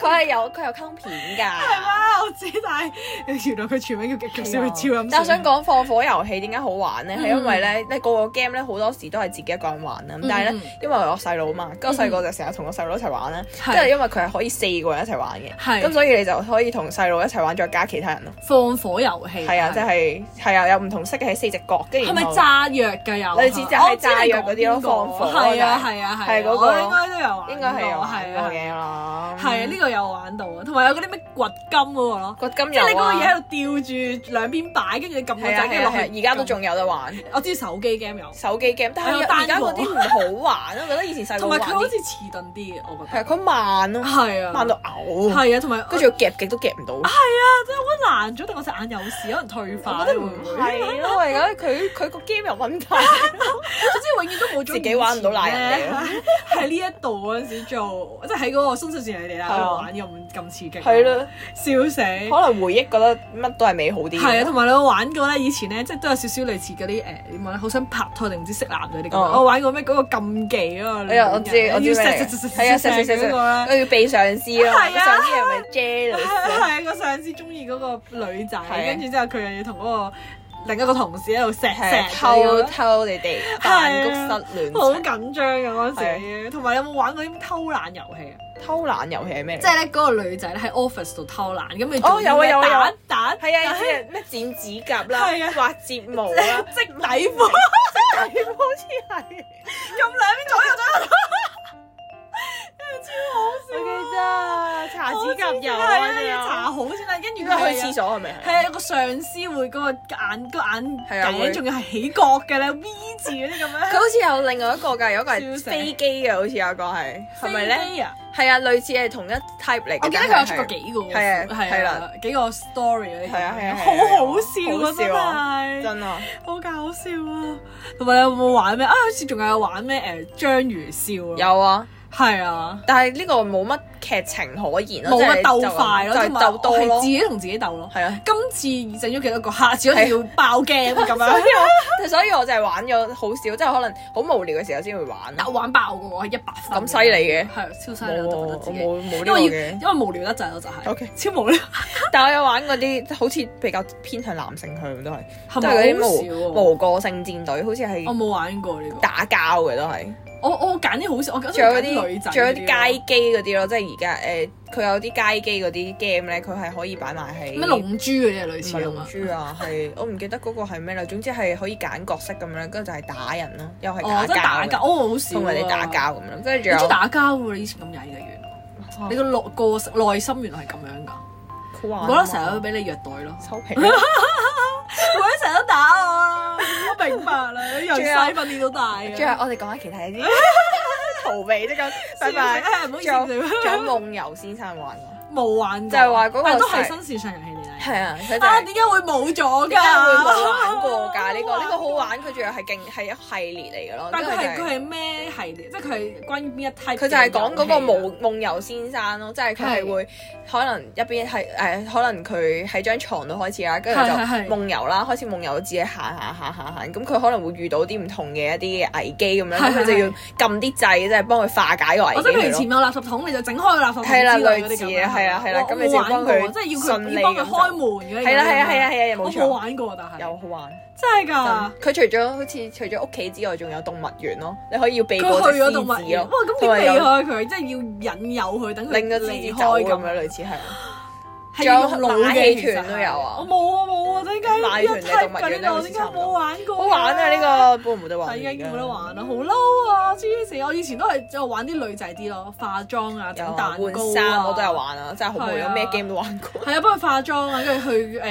Speaker 1: 佢係有佢有溝片
Speaker 2: 係
Speaker 1: 㗎。
Speaker 2: 啊，我知，但係原來佢全名叫極極小超音鼠。
Speaker 1: 啊
Speaker 2: 啊
Speaker 1: 但我想講放火遊戲點解好玩
Speaker 2: 嗯
Speaker 1: 咧？係因為咧，你個個 game 咧好多時都係自己一個人玩啦。咁但係
Speaker 2: 嗯
Speaker 1: 咧，因為我細佬嘛，跟住我細個就成日同我細佬一齊玩啦。
Speaker 2: 係
Speaker 1: 跟住因為佢係可以四個人一齊玩嘅，
Speaker 2: 係
Speaker 1: 咁所以你就可以同細佬一齊玩，再加其他人咯。
Speaker 2: 放火遊戲
Speaker 1: 係啊，即係係啊，有唔同色嘅喺四隻角，跟住
Speaker 2: 係
Speaker 1: 然
Speaker 2: 咪
Speaker 1: 後
Speaker 2: 炸藥㗎有？
Speaker 1: 類似就係炸藥嗰啲咯
Speaker 2: 我知你講邊個
Speaker 1: 放火啊
Speaker 2: 係啊係啊係啊。
Speaker 1: 係嗰個
Speaker 2: 我應該都有玩過。
Speaker 1: 應該係有玩
Speaker 2: 係
Speaker 1: 過
Speaker 2: 啊係啊。
Speaker 1: 嘅啦。
Speaker 2: 係啊，呢個有玩到啊，同埋有嗰啲咩掘金嗰個咯。
Speaker 1: 個金
Speaker 2: 即係你
Speaker 1: 有
Speaker 2: 嗰個嘢
Speaker 1: 啊，
Speaker 2: 喺度吊住兩邊擺，跟住你撳個
Speaker 1: 係啊
Speaker 2: 掣，跟
Speaker 1: 係
Speaker 2: 住
Speaker 1: 啊
Speaker 2: 落
Speaker 1: 係啊，
Speaker 2: 去。
Speaker 1: 而家都仲有得玩。
Speaker 2: 我知手機 game 有，
Speaker 1: 手機 game，但
Speaker 2: 係啊
Speaker 1: 係
Speaker 2: 有單
Speaker 1: 而家嗰啲唔好玩，啊我覺得以前細個
Speaker 2: 同埋
Speaker 1: 玩
Speaker 2: 佢好
Speaker 1: 啲
Speaker 2: 似遲鈍啲，我覺
Speaker 1: 係
Speaker 2: 得。
Speaker 1: 佢慢咯，
Speaker 2: 係啊。
Speaker 1: 慢到嘔，
Speaker 2: 係啊，同埋
Speaker 1: 跟住夾極都夾唔到。
Speaker 2: 我難咗定我隻眼有事，可能退化。
Speaker 1: 我覺得唔係咯，而家佢佢個 game 有問題，
Speaker 2: 啊總之永遠都冇咗
Speaker 1: 自己玩唔到賴人哋
Speaker 2: 哋。喺呢 一度嗰陣時做，即係喺嗰個新手線你哋啦，
Speaker 1: 係啊
Speaker 2: 玩咁咁刺激。
Speaker 1: 係，咯，
Speaker 2: 笑死。
Speaker 1: 可能回憶覺得乜都係美好啲。
Speaker 2: 係啊，同埋你有玩過咧，以前咧即係都有少少類似嗰啲誒點講咧，好想拍拖定唔知識男女啲咁
Speaker 1: 哦
Speaker 2: 我玩過咩嗰個禁忌啊嘛，
Speaker 1: 哎呀我知我知咩
Speaker 2: 要
Speaker 1: 嚟
Speaker 2: 錫
Speaker 1: 嘅
Speaker 2: 錫錫錫
Speaker 1: 係啊錫錫錫錫
Speaker 2: 錫嗰個咧。
Speaker 1: 佢要避上司咯，
Speaker 2: 係啊
Speaker 1: 上司係咪 jealous？
Speaker 2: 係啊，個上司中意嗰個女仔，
Speaker 1: 係
Speaker 2: 跟住之後佢又要同嗰個另一個同事喺度錫
Speaker 1: 係啊
Speaker 2: 錫
Speaker 1: 偷
Speaker 2: 佢咁樣
Speaker 1: 偷你哋辦公室戀
Speaker 2: 啊好
Speaker 1: 情，
Speaker 2: 緊張嘅嗰陣時。同埋有冇玩過啲偷懶遊戲啊？
Speaker 1: 偷懶遊戲係咩嚟？
Speaker 2: 即係咧嗰個女仔咧喺 office 度偷懶，咁你
Speaker 1: 哦有啊有啊有啊
Speaker 2: 蛋蛋
Speaker 1: 係啊，即係咩剪指甲啦
Speaker 2: 係啊、
Speaker 1: 畫睫毛 啦、
Speaker 2: 織底褲。
Speaker 1: 係好似係。
Speaker 2: 咁兩邊左右左右，
Speaker 1: 我記得搽指甲油啊，
Speaker 2: 係要搽好先啦。跟住
Speaker 1: 點
Speaker 2: 佢
Speaker 1: 去廁
Speaker 2: 所，
Speaker 1: 所係咪？
Speaker 2: 係啊，有個上司會嗰個眼個眼
Speaker 1: 係啊會
Speaker 2: 頸仲要係起角嘅咧，V 字嗰啲咁
Speaker 1: 佢
Speaker 2: 樣。
Speaker 1: 好似有另外一個㗎，有一個
Speaker 2: 笑
Speaker 1: 係
Speaker 2: 死
Speaker 1: 飛機嘅，好似有 一個係，係咪咧？
Speaker 2: 飛啊？
Speaker 1: 係啊，類似係同一 type 嚟嘅。
Speaker 2: 我記得
Speaker 1: 但係
Speaker 2: 佢有出過幾個，
Speaker 1: 係啊
Speaker 2: 係
Speaker 1: 係啦
Speaker 2: 啦，幾個 story 嗰啲，
Speaker 1: 係啊係啊係啊
Speaker 2: 好好笑
Speaker 1: 好
Speaker 2: 啊真
Speaker 1: 笑啊
Speaker 2: 係。
Speaker 1: 真啊，
Speaker 2: 好搞笑啊！同埋你有冇玩咩啊？好似仲有玩咩誒章魚燒啊？
Speaker 1: 有啊，
Speaker 2: 有係啊，
Speaker 1: 但係呢個冇乜劇情可言咯，
Speaker 2: 冇
Speaker 1: 即
Speaker 2: 乜
Speaker 1: 係就
Speaker 2: 鬥
Speaker 1: 係
Speaker 2: 快咯，
Speaker 1: 就係
Speaker 2: 同埋
Speaker 1: 鬥多
Speaker 2: 我係
Speaker 1: 咯
Speaker 2: 自，己同自己鬥咯。
Speaker 1: 係啊。
Speaker 2: 今次整咗幾多個，下次一定要爆 game 咁樣。
Speaker 1: 所以我就係玩咗好少，即係可能好無聊嘅時候先會玩。
Speaker 2: 但我玩爆個 我係一百分。
Speaker 1: 咁犀利嘅
Speaker 2: 係超犀
Speaker 1: 冇
Speaker 2: 利，啊
Speaker 1: 喎
Speaker 2: 我
Speaker 1: 我
Speaker 2: 都覺得自己。
Speaker 1: 冇冇呢
Speaker 2: 因
Speaker 1: 個
Speaker 2: 為
Speaker 1: 嘅。
Speaker 2: 要因為無聊得滯咯，就係
Speaker 1: OK
Speaker 2: 超 無聊，
Speaker 1: 但我有玩嗰啲好似比較偏向男性向都係，
Speaker 2: 係
Speaker 1: 都係嗰
Speaker 2: 咪
Speaker 1: 啲
Speaker 2: 好少
Speaker 1: 無
Speaker 2: 喎？
Speaker 1: 無個性戰隊，好似
Speaker 2: 我
Speaker 1: 係
Speaker 2: 冇玩過呢個，
Speaker 1: 打交嘅都係。
Speaker 2: 我我揀啲好少，我揀
Speaker 1: 仲有嗰
Speaker 2: 啲女仔
Speaker 1: 啲，
Speaker 2: 嗰
Speaker 1: 仲有
Speaker 2: 咯
Speaker 1: 啲街機嗰啲咯，即係而家誒，佢有啲街機嗰啲 game 咧，佢係可以擺埋喺
Speaker 2: 咩龍珠嗰啲啊類
Speaker 1: 唔
Speaker 2: 似
Speaker 1: 係
Speaker 2: 啊
Speaker 1: 龍
Speaker 2: 嘛。
Speaker 1: 珠啊，係我唔記得嗰個係咩啦。總之係可以揀角色咁樣，跟住就係打人咯，又
Speaker 2: 哦，
Speaker 1: 係
Speaker 2: 真係打
Speaker 1: 打
Speaker 2: 交，
Speaker 1: 交嘅，
Speaker 2: 哦好少啊
Speaker 1: 同人哋打，交咁哦樣。跟住
Speaker 2: 你
Speaker 1: 仲
Speaker 2: 中
Speaker 1: 有
Speaker 2: 意打交喎？你以前咁曳嘅原來，你個內個內心原來係咁樣㗎。
Speaker 1: 好玩啊
Speaker 2: 我
Speaker 1: 嘛
Speaker 2: 覺得成日都俾你虐待咯，
Speaker 1: 收皮。
Speaker 2: 我一成日都打我啊！我明白 啦，由
Speaker 1: 最
Speaker 2: 細
Speaker 1: 後
Speaker 2: 訓練到大啊嘅。
Speaker 1: 最後我哋講下其他嘢先，逃避即咁，拜拜。
Speaker 2: 拜，唔好意思，
Speaker 1: 仲有仲有
Speaker 2: 仲
Speaker 1: 夢遊先生玩喎，
Speaker 2: 有冇玩過？
Speaker 1: 就係話嗰個
Speaker 2: 但都係
Speaker 1: 細
Speaker 2: 新線上遊戲嚟嘅。
Speaker 1: 係啊，佢 就
Speaker 2: 啊，
Speaker 1: 係
Speaker 2: 點解啊會冇咗㗎？
Speaker 1: 點解會冇啊玩過㗎？呢個呢個好
Speaker 2: 冇過。
Speaker 1: 玩，佢仲有係勁係一系列嚟嘅咯。
Speaker 2: 但佢
Speaker 1: 哦跟住就
Speaker 2: 係佢係咩系列？即係佢係關於邊一 type？
Speaker 1: 佢
Speaker 2: 啊
Speaker 1: 就係講嗰個
Speaker 2: 冇
Speaker 1: 夢夢遊先生咯，即係佢
Speaker 2: 係
Speaker 1: 係會可能一邊係誒、可能佢喺張床度開始啦，跟住就
Speaker 2: 係係係
Speaker 1: 夢遊啦，開始夢遊自己行行行行行，咁佢可能會遇到啲唔同嘅一啲危機咁樣，
Speaker 2: 係係
Speaker 1: 咁佢就要撳啲掣，即係幫佢化解個
Speaker 2: 我即係
Speaker 1: 危
Speaker 2: 譬如前
Speaker 1: 機
Speaker 2: 面有垃圾桶，你就整開個垃圾桶之
Speaker 1: 係啦
Speaker 2: 類嗰啲
Speaker 1: 類
Speaker 2: 咁
Speaker 1: 似
Speaker 2: 樣
Speaker 1: 啊係啦係啦咁
Speaker 2: 我我
Speaker 1: 你就
Speaker 2: 冇玩
Speaker 1: 幫
Speaker 2: 過
Speaker 1: 佢
Speaker 2: 即係要
Speaker 1: 順
Speaker 2: 佢
Speaker 1: 利
Speaker 2: 要幫佢
Speaker 1: 咁
Speaker 2: 開門嘅。
Speaker 1: 咯。係啦係啊係啊
Speaker 2: 啊！
Speaker 1: 係啊，冇
Speaker 2: 我冇
Speaker 1: 錯，
Speaker 2: 玩過，但係
Speaker 1: 有好玩。
Speaker 2: 真係㗎。
Speaker 1: 佢除咗好似除咗屋企之外，仲有動物園咯，你可以要避過
Speaker 2: 佢
Speaker 1: 隻
Speaker 2: 去咗動物
Speaker 1: 獅子
Speaker 2: 園，哇！
Speaker 1: 咯，同
Speaker 2: 咁點
Speaker 1: 埋
Speaker 2: 避
Speaker 1: 有
Speaker 2: 開佢？即係要引誘佢，等佢
Speaker 1: 令個獅
Speaker 2: 離
Speaker 1: 子走
Speaker 2: 開
Speaker 1: 咁
Speaker 2: 咁樣，
Speaker 1: 樣，類似係。
Speaker 2: 係要用
Speaker 1: 仲有
Speaker 2: 腦
Speaker 1: 馬
Speaker 2: 嘅
Speaker 1: 戲
Speaker 2: 其實
Speaker 1: 團都有啊
Speaker 2: 係我冇啊冇啊，點解
Speaker 1: 馬戲團
Speaker 2: 一
Speaker 1: 你動
Speaker 2: type
Speaker 1: 物園
Speaker 2: 㗎呢
Speaker 1: 都
Speaker 2: 度？
Speaker 1: 好
Speaker 2: 點
Speaker 1: 似
Speaker 2: 解
Speaker 1: 差唔多
Speaker 2: 冇玩過？
Speaker 1: 好玩啊！呢個不過冇得玩。
Speaker 2: 係而家冇得玩啦，好嬲啊！黐線，我以前都係就玩啲女仔啲咯，化妝啊，整
Speaker 1: 有
Speaker 2: 蛋糕
Speaker 1: 換
Speaker 2: 啊，
Speaker 1: 衫我都有。玩啊，真係好無
Speaker 2: 係啊
Speaker 1: 聊，咩 game 都玩過。
Speaker 2: 係啊，幫佢化妝啊，跟住去誒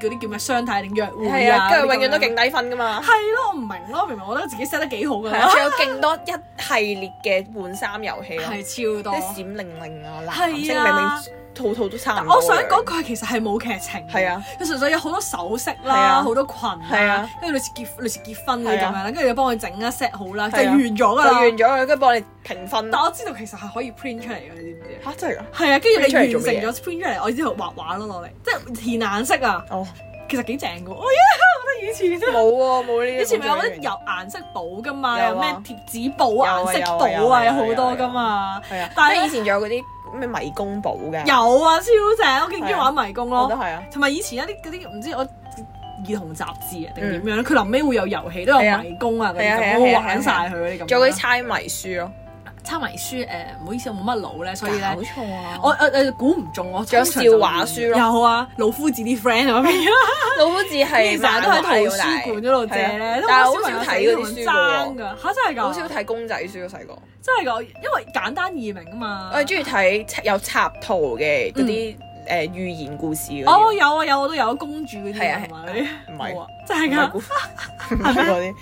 Speaker 2: 嗰啲叫咩相睇定約會
Speaker 1: 係
Speaker 2: 啊，
Speaker 1: 啊，跟住
Speaker 2: 嗰
Speaker 1: 永
Speaker 2: 啲
Speaker 1: 遠都
Speaker 2: 咁樣
Speaker 1: 勁低分噶嘛。
Speaker 2: 係咯，我唔明咯，明明我覺得自己 set 得幾好㗎
Speaker 1: 係啊，
Speaker 2: 啦，
Speaker 1: 仲有勁多一系列嘅換衫遊戲咯，
Speaker 2: 係超
Speaker 1: 即
Speaker 2: 多
Speaker 1: 係。閃靈靈啊、
Speaker 2: 係啊
Speaker 1: 藍色明明套套都差唔多。
Speaker 2: 我想講，佢係其實係冇劇情嘅，
Speaker 1: 係啊
Speaker 2: 佢純粹有好多首飾
Speaker 1: 係
Speaker 2: 啦，
Speaker 1: 啊
Speaker 2: 好多裙
Speaker 1: 係
Speaker 2: 啦
Speaker 1: 啊，
Speaker 2: 跟住類似結類似結婚嗰啲
Speaker 1: 係
Speaker 2: 咁
Speaker 1: 啊
Speaker 2: 樣啦，跟住就幫佢整一 set 好啦，就
Speaker 1: 係啊
Speaker 2: 完咗
Speaker 1: 就
Speaker 2: 㗎
Speaker 1: 完
Speaker 2: 啦。
Speaker 1: 咗佢，跟住幫你評分。
Speaker 2: 但我知道其實係可以 print 出嚟嘅，你知唔知啊？
Speaker 1: 嚇真係㗎？
Speaker 2: 係啊，跟住
Speaker 1: print 出嚟
Speaker 2: 你
Speaker 1: 做
Speaker 2: 完
Speaker 1: 乜嘢
Speaker 2: 成咗 print 出嚟，我之後畫畫咯落嚟，即係填顏色啊，
Speaker 1: 哦，
Speaker 2: 其實幾正㗎喎。哎我覺得以前真係
Speaker 1: 冇喎，冇呢啲。
Speaker 2: 以前咪有啲油顏色簿㗎嘛，
Speaker 1: 有啊
Speaker 2: 有咩貼紙簿、
Speaker 1: 有啊
Speaker 2: 顏色
Speaker 1: 有
Speaker 2: 簿啊，
Speaker 1: 啊
Speaker 2: 有
Speaker 1: 有啊
Speaker 2: 好多
Speaker 1: 有啊
Speaker 2: 㗎嘛。
Speaker 1: 係啊，
Speaker 2: 但
Speaker 1: 但
Speaker 2: 係
Speaker 1: 係以前仲有嗰啲咩迷宮寶㗎，
Speaker 2: 有啊，超正！我勁中意玩迷宮
Speaker 1: 我
Speaker 2: 咯
Speaker 1: 都。係啊。
Speaker 2: 同埋以前一啲嗰啲唔知我兒童雜誌啊定點樣咧，佢臨尾會有遊戲，都有
Speaker 1: 嗯係啊
Speaker 2: 迷宮啊嗰
Speaker 1: 係啊係
Speaker 2: 啲
Speaker 1: 啊
Speaker 2: 咁，我
Speaker 1: 係啊
Speaker 2: 玩晒佢嗰啲咁樣。
Speaker 1: 仲有嗰啲猜謎書咯，
Speaker 2: 猜謎書誒，唔好意思，我冇乜腦咧，所以咧
Speaker 1: 搞。錯啊！
Speaker 2: 我我誒估唔中，我
Speaker 1: 仲有
Speaker 2: 通常就會
Speaker 1: 笑話書咯
Speaker 2: 有啊，老夫子啲 friend 啊嗰邊，
Speaker 1: 老夫子係
Speaker 2: 成日都喺圖
Speaker 1: 漫畫嚟㗎
Speaker 2: 書館嗰度借咧，
Speaker 1: 但係
Speaker 2: 都
Speaker 1: 好少睇嗰啲書
Speaker 2: 爭
Speaker 1: 㗎喎，
Speaker 2: 㗎，嚇真係㗎，
Speaker 1: 好少睇公仔書咯，細個。
Speaker 2: 真係㗎，因為簡單易明啊嘛
Speaker 1: 我。係中意睇有插圖嘅嗰啲誒寓言故事嗰
Speaker 2: 嗯哦
Speaker 1: 啲，
Speaker 2: 有啊有，我都有公主嗰啲
Speaker 1: 係啊
Speaker 2: 係嘛嗰啲，
Speaker 1: 唔
Speaker 2: 冇
Speaker 1: 係
Speaker 2: 啊，真係
Speaker 1: 唔
Speaker 2: 㗎
Speaker 1: 係。 故事，唔係嗰啲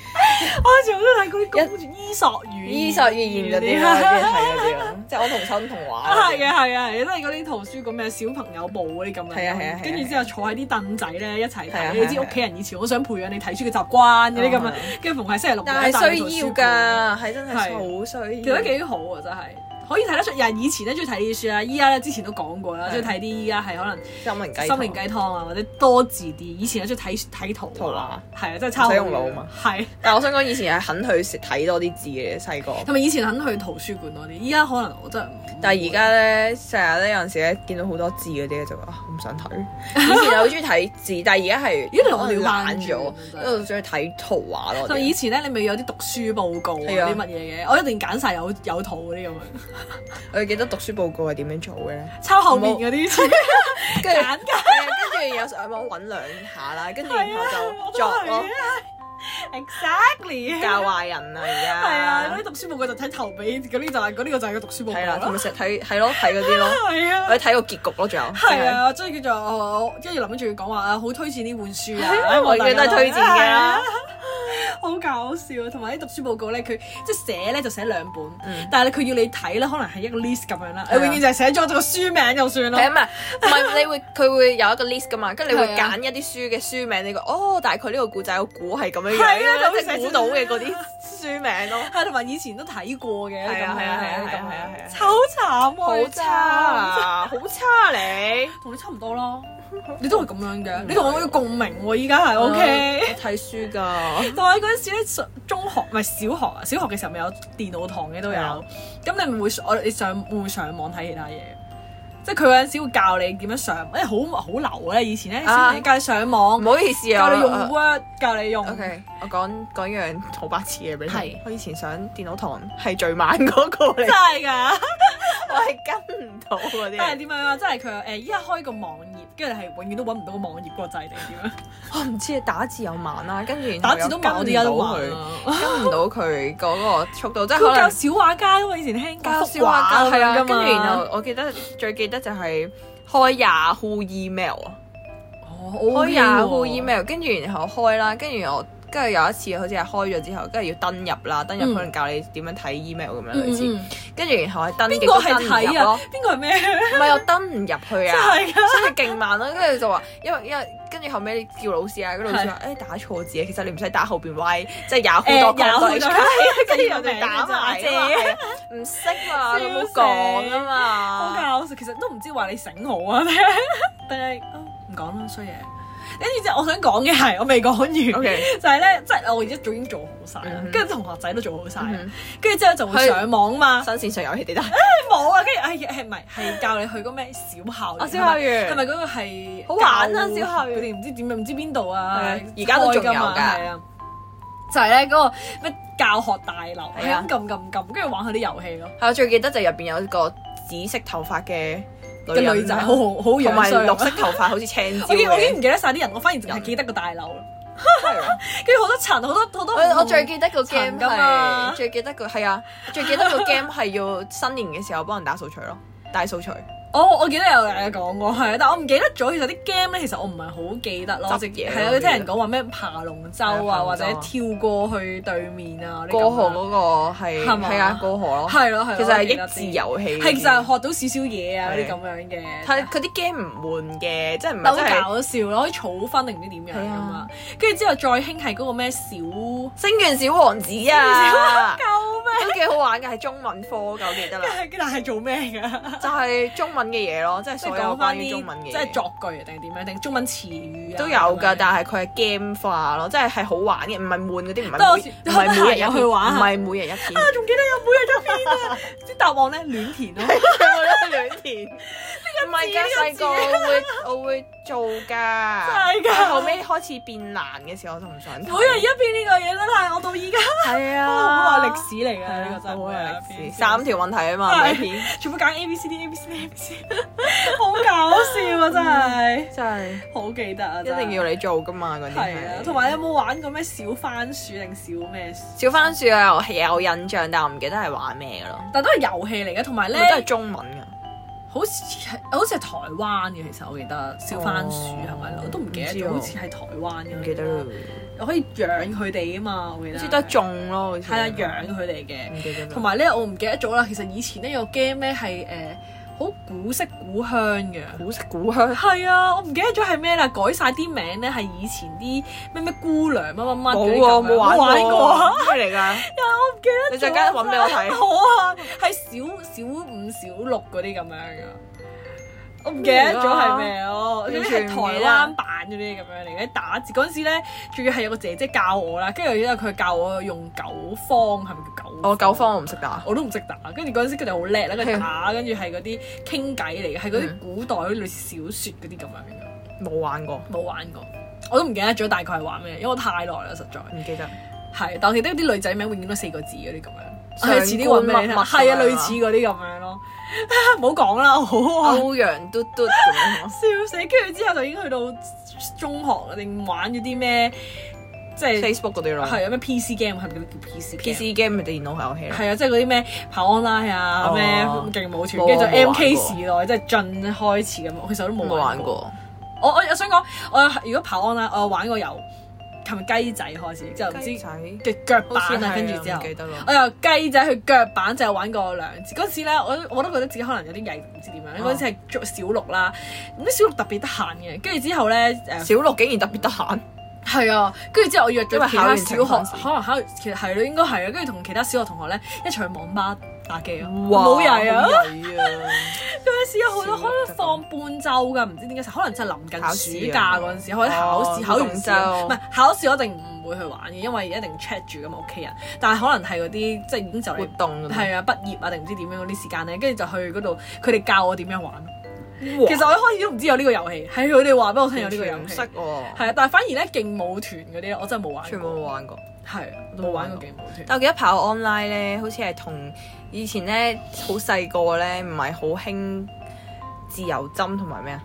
Speaker 2: 我以前都睇嗰啲公主伊索寓
Speaker 1: 伊索寓言嗰 啲咯，
Speaker 2: 啊
Speaker 1: 係嗰啲咯，即係我同心童話嗰啲。
Speaker 2: 係啊嘅，係嘅，係嘅，都係嗰啲圖書咁嘅小朋友部嗰啲咁
Speaker 1: 係啊
Speaker 2: 樣。
Speaker 1: 係啊係啊
Speaker 2: 跟住之後坐喺啲凳仔咧一齊
Speaker 1: 係啊係
Speaker 2: 睇，
Speaker 1: 啊
Speaker 2: 你知屋企人以前好想培養你睇書嘅習慣嗰啲咁
Speaker 1: 哦
Speaker 2: 啊，跟住逢係星期六
Speaker 1: 但
Speaker 2: 日帶
Speaker 1: 係
Speaker 2: 你
Speaker 1: 需
Speaker 2: 圖書
Speaker 1: 要
Speaker 2: 館，
Speaker 1: 㗎，係真係
Speaker 2: 係
Speaker 1: 好需要。
Speaker 2: 其實都幾好啊，真係。可以睇得出，有人以前咧中意睇呢啲書啦，啊依家咧之前都講過啦，
Speaker 1: 係
Speaker 2: 中意睇啲依家係可能
Speaker 1: 心靈雞
Speaker 2: 心靈雞湯啊，或者多字啲。以前咧中意睇睇圖
Speaker 1: 圖畫
Speaker 2: 啊，係啊，真係抄
Speaker 1: 唔使用腦嘛，
Speaker 2: 係。
Speaker 1: 但我想講以前係肯去睇多啲字嘅細個，
Speaker 2: 同埋以前肯去圖書館多啲，依家可能我真係唔會。
Speaker 1: 但係而家咧成日咧有陣時咧見到好多字嗰啲咧就話啊唔想 睇。以前係好中意睇字，但係而家係
Speaker 2: 而家我哋
Speaker 1: 懶
Speaker 2: 慣
Speaker 1: 咗
Speaker 2: 咗，
Speaker 1: 因為中意睇圖畫咯。我
Speaker 2: 就
Speaker 1: 哋
Speaker 2: 以前咧，你咪有啲讀書報告啊
Speaker 1: 係啊
Speaker 2: 啲乜嘢嘅，我一定揀晒有有圖嗰啲咁樣，
Speaker 1: 我記得讀書報告係點樣做嘅 咧？
Speaker 2: 抄後面嗰啲
Speaker 1: 跟住
Speaker 2: 簡介
Speaker 1: 跟住有上網揾兩下啦，跟住
Speaker 2: 啊
Speaker 1: 然後就作咯，
Speaker 2: ，exactly
Speaker 1: 教壞人啊而
Speaker 2: 係啊，
Speaker 1: 家
Speaker 2: 嗰啲。讀書報告就睇頭尾，嗰啲就係嗰呢個就係個讀書報
Speaker 1: 係啦，
Speaker 2: 告
Speaker 1: 同
Speaker 2: 啦。
Speaker 1: 埋成日睇係咯睇嗰啲 咯，
Speaker 2: 係
Speaker 1: 或者
Speaker 2: 啊，
Speaker 1: 睇個結局咯，仲有
Speaker 2: 係，啊，即係叫做我跟住臨尾仲要講話啊，好推薦呢本書啊，
Speaker 1: 係我嘅都係推薦嘅啦
Speaker 2: 係啊。好搞笑啊！同埋啲讀書報告咧，佢即係寫咧就寫兩本，
Speaker 1: 嗯
Speaker 2: 但係佢要你睇咧，可能係一個 list 咁樣啦，
Speaker 1: 係啊
Speaker 2: 你永遠就係寫咗個書名就算咯
Speaker 1: 係。啊，唔係唔係，你會佢會有一個 list 噶嘛，跟住你會
Speaker 2: 係啊
Speaker 1: 揀一啲書嘅書名，你個哦，大概呢個故仔個估係咁樣
Speaker 2: 係啊
Speaker 1: 樣，
Speaker 2: 就會
Speaker 1: 即係
Speaker 2: 寫出
Speaker 1: 估到嘅嗰啲書名咯。
Speaker 2: 係，同埋以前都睇過嘅，
Speaker 1: 係啊係啊係啊
Speaker 2: 咁
Speaker 1: 係
Speaker 2: 樣
Speaker 1: 啊係啊係啊
Speaker 2: 好慘啊，
Speaker 1: 好
Speaker 2: 你
Speaker 1: 差
Speaker 2: 真係
Speaker 1: 啊！好差啊你。
Speaker 2: 同你差唔多咯，你都係咁樣嘅，你同我有共鳴喎，依家係 OK。
Speaker 1: 我睇書㗎。
Speaker 2: 但係嗰陣時咧，中學唔係小學啊，小學嘅時候咪有電腦堂嘅都有
Speaker 1: 係啊，
Speaker 2: 咁你咪會我你上會唔會上網睇其他嘢？即係佢嗰陣時會教你點樣上，因為好好流咧。以前咧，
Speaker 1: 啊
Speaker 2: 先教你上網
Speaker 1: 唔，好意思啊，
Speaker 2: 教你用
Speaker 1: 我
Speaker 2: Word，教你用
Speaker 1: OK，我講講樣好白痴嘅俾你聽
Speaker 2: 係。
Speaker 1: 我以前上電腦堂係最慢嗰個嚟
Speaker 2: 真，係㗎。
Speaker 1: 我係跟唔到嗰
Speaker 2: 但係
Speaker 1: 啲。
Speaker 2: 點樣啊？即係佢誒依家開個網頁，跟住係永遠都揾唔到個網頁個掣定係點樣？
Speaker 1: 我啊唔知打字又慢啦，跟住然後
Speaker 2: 打字都冇，我哋而家都玩啊！
Speaker 1: 跟唔到佢，跟唔到佢嗰個速 度，即係
Speaker 2: 佢
Speaker 1: 可
Speaker 2: 教
Speaker 1: 能
Speaker 2: 小畫家噶嘛，以前聽
Speaker 1: 啊教
Speaker 2: 小
Speaker 1: 小畫
Speaker 2: 係
Speaker 1: 係
Speaker 2: 啊，
Speaker 1: 啊。跟住然後我記得最記得就係開 Yahoo email 啊。
Speaker 2: 哦
Speaker 1: 開 Yahoo email，跟住然後開啦，跟住我跟住有一次好似係開咗之後，跟住要登入啦，登入
Speaker 2: 嗯
Speaker 1: 可能教你點樣睇 email 咁樣啊類似，
Speaker 2: 嗯，
Speaker 1: 跟住然後係登
Speaker 2: 邊
Speaker 1: 極
Speaker 2: 個
Speaker 1: 都
Speaker 2: 係
Speaker 1: 登唔入
Speaker 2: 睇啊
Speaker 1: 咯，？
Speaker 2: 邊個係咩？
Speaker 1: 唔係我登唔入去
Speaker 2: 真
Speaker 1: 啊，
Speaker 2: 係㗎，
Speaker 1: 所以勁慢啦。跟住就話，因為因為跟住後尾你叫老師啊，跟住老師話誒打錯字啊，其實你唔使打後邊 Y，即係 Yahoo
Speaker 2: 誒 Yahoo.com
Speaker 1: .com.hk，跟 住我
Speaker 2: 跟住
Speaker 1: 哋打埋
Speaker 2: 就 打
Speaker 1: 啊嘛，係啊唔識嘛，你冇講啊
Speaker 2: 好
Speaker 1: 嘛，
Speaker 2: 搞笑。其實都唔知話你醒我啊， 但係啊唔講啦，衰嘢。跟住之後，我想講嘅係我未講完
Speaker 1: OK
Speaker 2: 就係咧，即係我一早已經做好晒啦
Speaker 1: 嗯哼
Speaker 2: 跟住同學仔都做好晒啦
Speaker 1: 嗯
Speaker 2: 跟住之後就會
Speaker 1: 去
Speaker 2: 上網啊嘛。
Speaker 1: 啊新線上遊戲地帶，
Speaker 2: 冇啊，跟住哎呀係唔係係教你去嗰咩哦小校園？
Speaker 1: 啊小校園
Speaker 2: 係咪嗰個係
Speaker 1: 好玩啊
Speaker 2: 教
Speaker 1: 小校園
Speaker 2: 佢哋唔知點唔知邊度啊
Speaker 1: 係啊，而家都仲有㗎
Speaker 2: 開㗎嘛係啊，就係咧嗰個咩教學大樓，
Speaker 1: 係
Speaker 2: 係
Speaker 1: 啊
Speaker 2: 咁撳撳撳，跟住玩下啲遊戲咯。
Speaker 1: 係我最記得就入邊有一個紫色頭髮嘅女
Speaker 2: 個
Speaker 1: 人啊
Speaker 2: 女仔好好好
Speaker 1: 同
Speaker 2: 樣
Speaker 1: 埋
Speaker 2: 衰啊。
Speaker 1: 綠色頭髮好似青椒
Speaker 2: 我已經我已
Speaker 1: 嘅
Speaker 2: 經唔記得晒啲人，我反而淨係記得個大樓，
Speaker 1: 係啊
Speaker 2: 跟住好多層，好多好多唔同。
Speaker 1: 我我最記得個
Speaker 2: 層
Speaker 1: game
Speaker 2: 㗎嘛
Speaker 1: 係最記得個係啊，最記 得個 game 係要新年嘅時候幫人打掃除咯，大掃除
Speaker 2: 哦，我記得有人講過，係啊，但我唔記得咗。其實啲 game 咧，其實我唔係好記得咯。
Speaker 1: 執
Speaker 2: 直
Speaker 1: 嘢
Speaker 2: 係
Speaker 1: 嗰
Speaker 2: 啊，
Speaker 1: 啲
Speaker 2: 你聽人講話咩爬龍
Speaker 1: 係
Speaker 2: 舟
Speaker 1: 啊
Speaker 2: 啊，
Speaker 1: 爬龍
Speaker 2: 或
Speaker 1: 舟
Speaker 2: 者
Speaker 1: 啊
Speaker 2: 跳過去對面啊，嗰啲咁
Speaker 1: 過河
Speaker 2: 樣
Speaker 1: 嗰個係
Speaker 2: 係嘛
Speaker 1: 係啊過河咯，
Speaker 2: 係咯係咯，
Speaker 1: 其實係
Speaker 2: 我記得
Speaker 1: 益智遊戲
Speaker 2: 啲
Speaker 1: 嚟
Speaker 2: 係
Speaker 1: 嘅，
Speaker 2: 其實係學到少少嘢啊嗰
Speaker 1: 係
Speaker 2: 啲咁樣嘅，
Speaker 1: 睇佢啲 game 唔悶嘅，即係唔
Speaker 2: 但
Speaker 1: 係
Speaker 2: 好
Speaker 1: 真係
Speaker 2: 搞笑咯，可以儲分定唔知點樣
Speaker 1: 係
Speaker 2: 噶
Speaker 1: 啊
Speaker 2: 嘛。跟住之後再興係嗰個咩小
Speaker 1: 星願小王子啊，
Speaker 2: 救咩？
Speaker 1: 都幾好玩嘅，係中文科㗎我 記得啦，
Speaker 2: 但係做咩㗎？
Speaker 1: 就係中文嘅嘢咯，即係
Speaker 2: 即
Speaker 1: 所
Speaker 2: 係
Speaker 1: 有
Speaker 2: 講
Speaker 1: 關
Speaker 2: 翻
Speaker 1: 於中文
Speaker 2: 啲
Speaker 1: 嘅嘢，
Speaker 2: 即係作句啊定係點樣？定中文詞語啊
Speaker 1: 都有
Speaker 2: 咁樣
Speaker 1: 㗎，但係佢係 game 化咯，即係係好玩嘅，唔係悶嗰啲，唔
Speaker 2: 都
Speaker 1: 係
Speaker 2: 有
Speaker 1: 每
Speaker 2: 時
Speaker 1: 唔 係每日一
Speaker 2: 有
Speaker 1: 篇，
Speaker 2: 去玩
Speaker 1: 唔係
Speaker 2: 下
Speaker 1: 每日一篇，
Speaker 2: 啊，仲記得有每日一 篇啊！啲答案咧亂填咯，
Speaker 1: 我兩田，唔係㗎，
Speaker 2: 呢
Speaker 1: 細
Speaker 2: 個字啊
Speaker 1: 個我會我會做㗎，
Speaker 2: 係㗎啊
Speaker 1: 但後尾開始變難嘅時候，我就唔想
Speaker 2: 每
Speaker 1: 睇。
Speaker 2: 日一篇呢個嘢真係我到而家
Speaker 1: 係
Speaker 2: 都好
Speaker 1: 啊，
Speaker 2: 耐歷史嚟
Speaker 1: 係
Speaker 2: 㗎，呢
Speaker 1: 啊
Speaker 2: 個真係
Speaker 1: 好
Speaker 2: 每
Speaker 1: 耐
Speaker 2: 日一
Speaker 1: 歷
Speaker 2: 篇
Speaker 1: 史，三條問題啊嘛，
Speaker 2: 係
Speaker 1: 每篇
Speaker 2: 全部揀 A B C D A B C D A B C，好搞笑啊！真係
Speaker 1: 真係
Speaker 2: 好記得啊！
Speaker 1: 嗯一定要你做㗎嘛，嗰啲
Speaker 2: 係啊！同埋有冇玩過咩小番薯定小咩？
Speaker 1: 小番薯啊，我係有印象，但我唔記得係玩咩㗎咯，
Speaker 2: 但都係遊戲嚟嘅，同埋
Speaker 1: 都
Speaker 2: 咧
Speaker 1: 係中文㗎。
Speaker 2: 好似係好似係台灣嘅，其實我記得小番薯係咪
Speaker 1: 哦
Speaker 2: 我都唔記得
Speaker 1: 唔知啊
Speaker 2: 咗，好似係台灣嘅。
Speaker 1: 唔記得
Speaker 2: 我
Speaker 1: 啦，
Speaker 2: 我可以養佢哋啊嘛，我記
Speaker 1: 好
Speaker 2: 得。
Speaker 1: 似都係種咯，好似
Speaker 2: 係啊，養佢哋嘅。
Speaker 1: 唔記得啦
Speaker 2: 同埋咧，我唔記得咗啦。其實以前咧有個 game 咧係誒好古色古香嘅。
Speaker 1: 古色古香，
Speaker 2: 係啊，我唔記得咗係咩啦，改晒啲名咧係以前啲咩咩姑娘乜乜乜嗰
Speaker 1: 冇
Speaker 2: 啲
Speaker 1: 喎，
Speaker 2: 咁樣
Speaker 1: 冇玩
Speaker 2: 冇玩過啊。
Speaker 1: 咩嚟㗎？
Speaker 2: 我唔
Speaker 1: 你
Speaker 2: 記得咗
Speaker 1: 陣間揾俾我睇
Speaker 2: 好啊，係小小五、小六嗰啲咁樣噶。我唔記得咗係咩咯，
Speaker 1: 完全唔
Speaker 2: 總之
Speaker 1: 記得
Speaker 2: 係台灣版嗰啲咁樣嚟嘅打字嗰陣時咧，仲要係有個姐姐教我啦，跟住因為佢教我用九方，係咪叫九？
Speaker 1: 我哦九方我唔識打，
Speaker 2: 我都唔識打，跟住嗰陣時佢哋好叻啦，跟住打，跟住係嗰啲傾偈嚟嘅，係嗰啲
Speaker 1: 嗯
Speaker 2: 古代嗰啲類似小説嗰啲咁樣嘅，
Speaker 1: 冇玩過，
Speaker 2: 冇玩過，我都唔記得咗大概係玩咩，因為我太耐啦，實在
Speaker 1: 唔記得。
Speaker 2: 係，但我記得啲女仔名永遠都四個字嗰啲咁樣，
Speaker 1: 上
Speaker 2: 係遲啲揾俾你聽，
Speaker 1: 官乜乜
Speaker 2: 係
Speaker 1: 咁樣
Speaker 2: 啊，
Speaker 1: 啊
Speaker 2: 類似嗰啲咁樣咯， 唔好講啦，好啊。
Speaker 1: 歐陽嘟嘟咁樣
Speaker 2: 笑死！跟住之後就已經去到中學定玩咗啲咩，即係
Speaker 1: ，Facebook 啊嗰啲咯
Speaker 2: 係有啊咩 PC game 係咪叫 PC game？
Speaker 1: ，PC game 咪電腦係遊戲咯。
Speaker 2: 係啊，即係嗰啲咩跑 online 啊，
Speaker 1: 哦
Speaker 2: 咩勁舞
Speaker 1: 冇
Speaker 2: 團，
Speaker 1: 啊
Speaker 2: 跟住就
Speaker 1: 冇玩
Speaker 2: M K
Speaker 1: 過
Speaker 2: 時代，即係進開始咁。我其實我都冇
Speaker 1: 冇
Speaker 2: 玩
Speaker 1: 玩
Speaker 2: 過。
Speaker 1: 過，
Speaker 2: 我我我想講，我如果跑 online，我有玩過由係咪雞仔開始，之後唔知
Speaker 1: 雞仔
Speaker 2: 嘅腳
Speaker 1: 好似
Speaker 2: 板啊，跟住之後
Speaker 1: 唔。記得咯。
Speaker 2: 我由呃雞仔去腳板就有玩過兩次，嗰時咧我我都覺得自己可能有啲曳，唔知點樣。
Speaker 1: 哦
Speaker 2: 嗰陣時係做小六啦，咁小六特別得閒嘅，跟住之後咧誒
Speaker 1: 小六竟然特別得閒，
Speaker 2: 係啊，跟住之後我約
Speaker 1: 因為
Speaker 2: 咗其
Speaker 1: 考
Speaker 2: 他
Speaker 1: 完
Speaker 2: 小
Speaker 1: 程
Speaker 2: 學，
Speaker 1: 嗰陣時
Speaker 2: 可能考完其實係咯，應該係啊，跟住同其他小學同學咧一齊去網吧打機啊，
Speaker 1: 哇
Speaker 2: 冇曳啊！
Speaker 1: 好曳啊！
Speaker 2: 嗰陣時有好多可
Speaker 1: 小六
Speaker 2: 能
Speaker 1: 就咁
Speaker 2: 放半晝㗎，唔知點解，可能真係臨
Speaker 1: 考
Speaker 2: 近
Speaker 1: 試啊
Speaker 2: 暑假嗰陣時，可以考試，
Speaker 1: 哦
Speaker 2: 考完試啊
Speaker 1: 半晝
Speaker 2: 唔係考試我一定唔會去玩嘅，因為一定 check 住咁屋企人，但係可能係嗰啲即係已經就嚟
Speaker 1: 活動
Speaker 2: 係啊，畢業啊定唔知點樣嗰啲時間咧，跟住就去嗰度，佢哋教我點樣玩。
Speaker 1: 其
Speaker 2: 其實我一開始都唔知有呢個遊戲，係佢哋話俾我聽有呢個
Speaker 1: 唔
Speaker 2: 遊戲。
Speaker 1: 識喎，
Speaker 2: 係啊，但係反而咧勁舞團嗰啲咧，我真係冇玩
Speaker 1: 全部
Speaker 2: 過。
Speaker 1: 冇玩過。
Speaker 2: 係啊
Speaker 1: 我都冇
Speaker 2: 冇玩
Speaker 1: 玩
Speaker 2: 過
Speaker 1: 過
Speaker 2: 勁舞團。
Speaker 1: 但我記得跑 online 咧，好似係同以前咧好細個咧，唔係好興自由針同埋咩啊？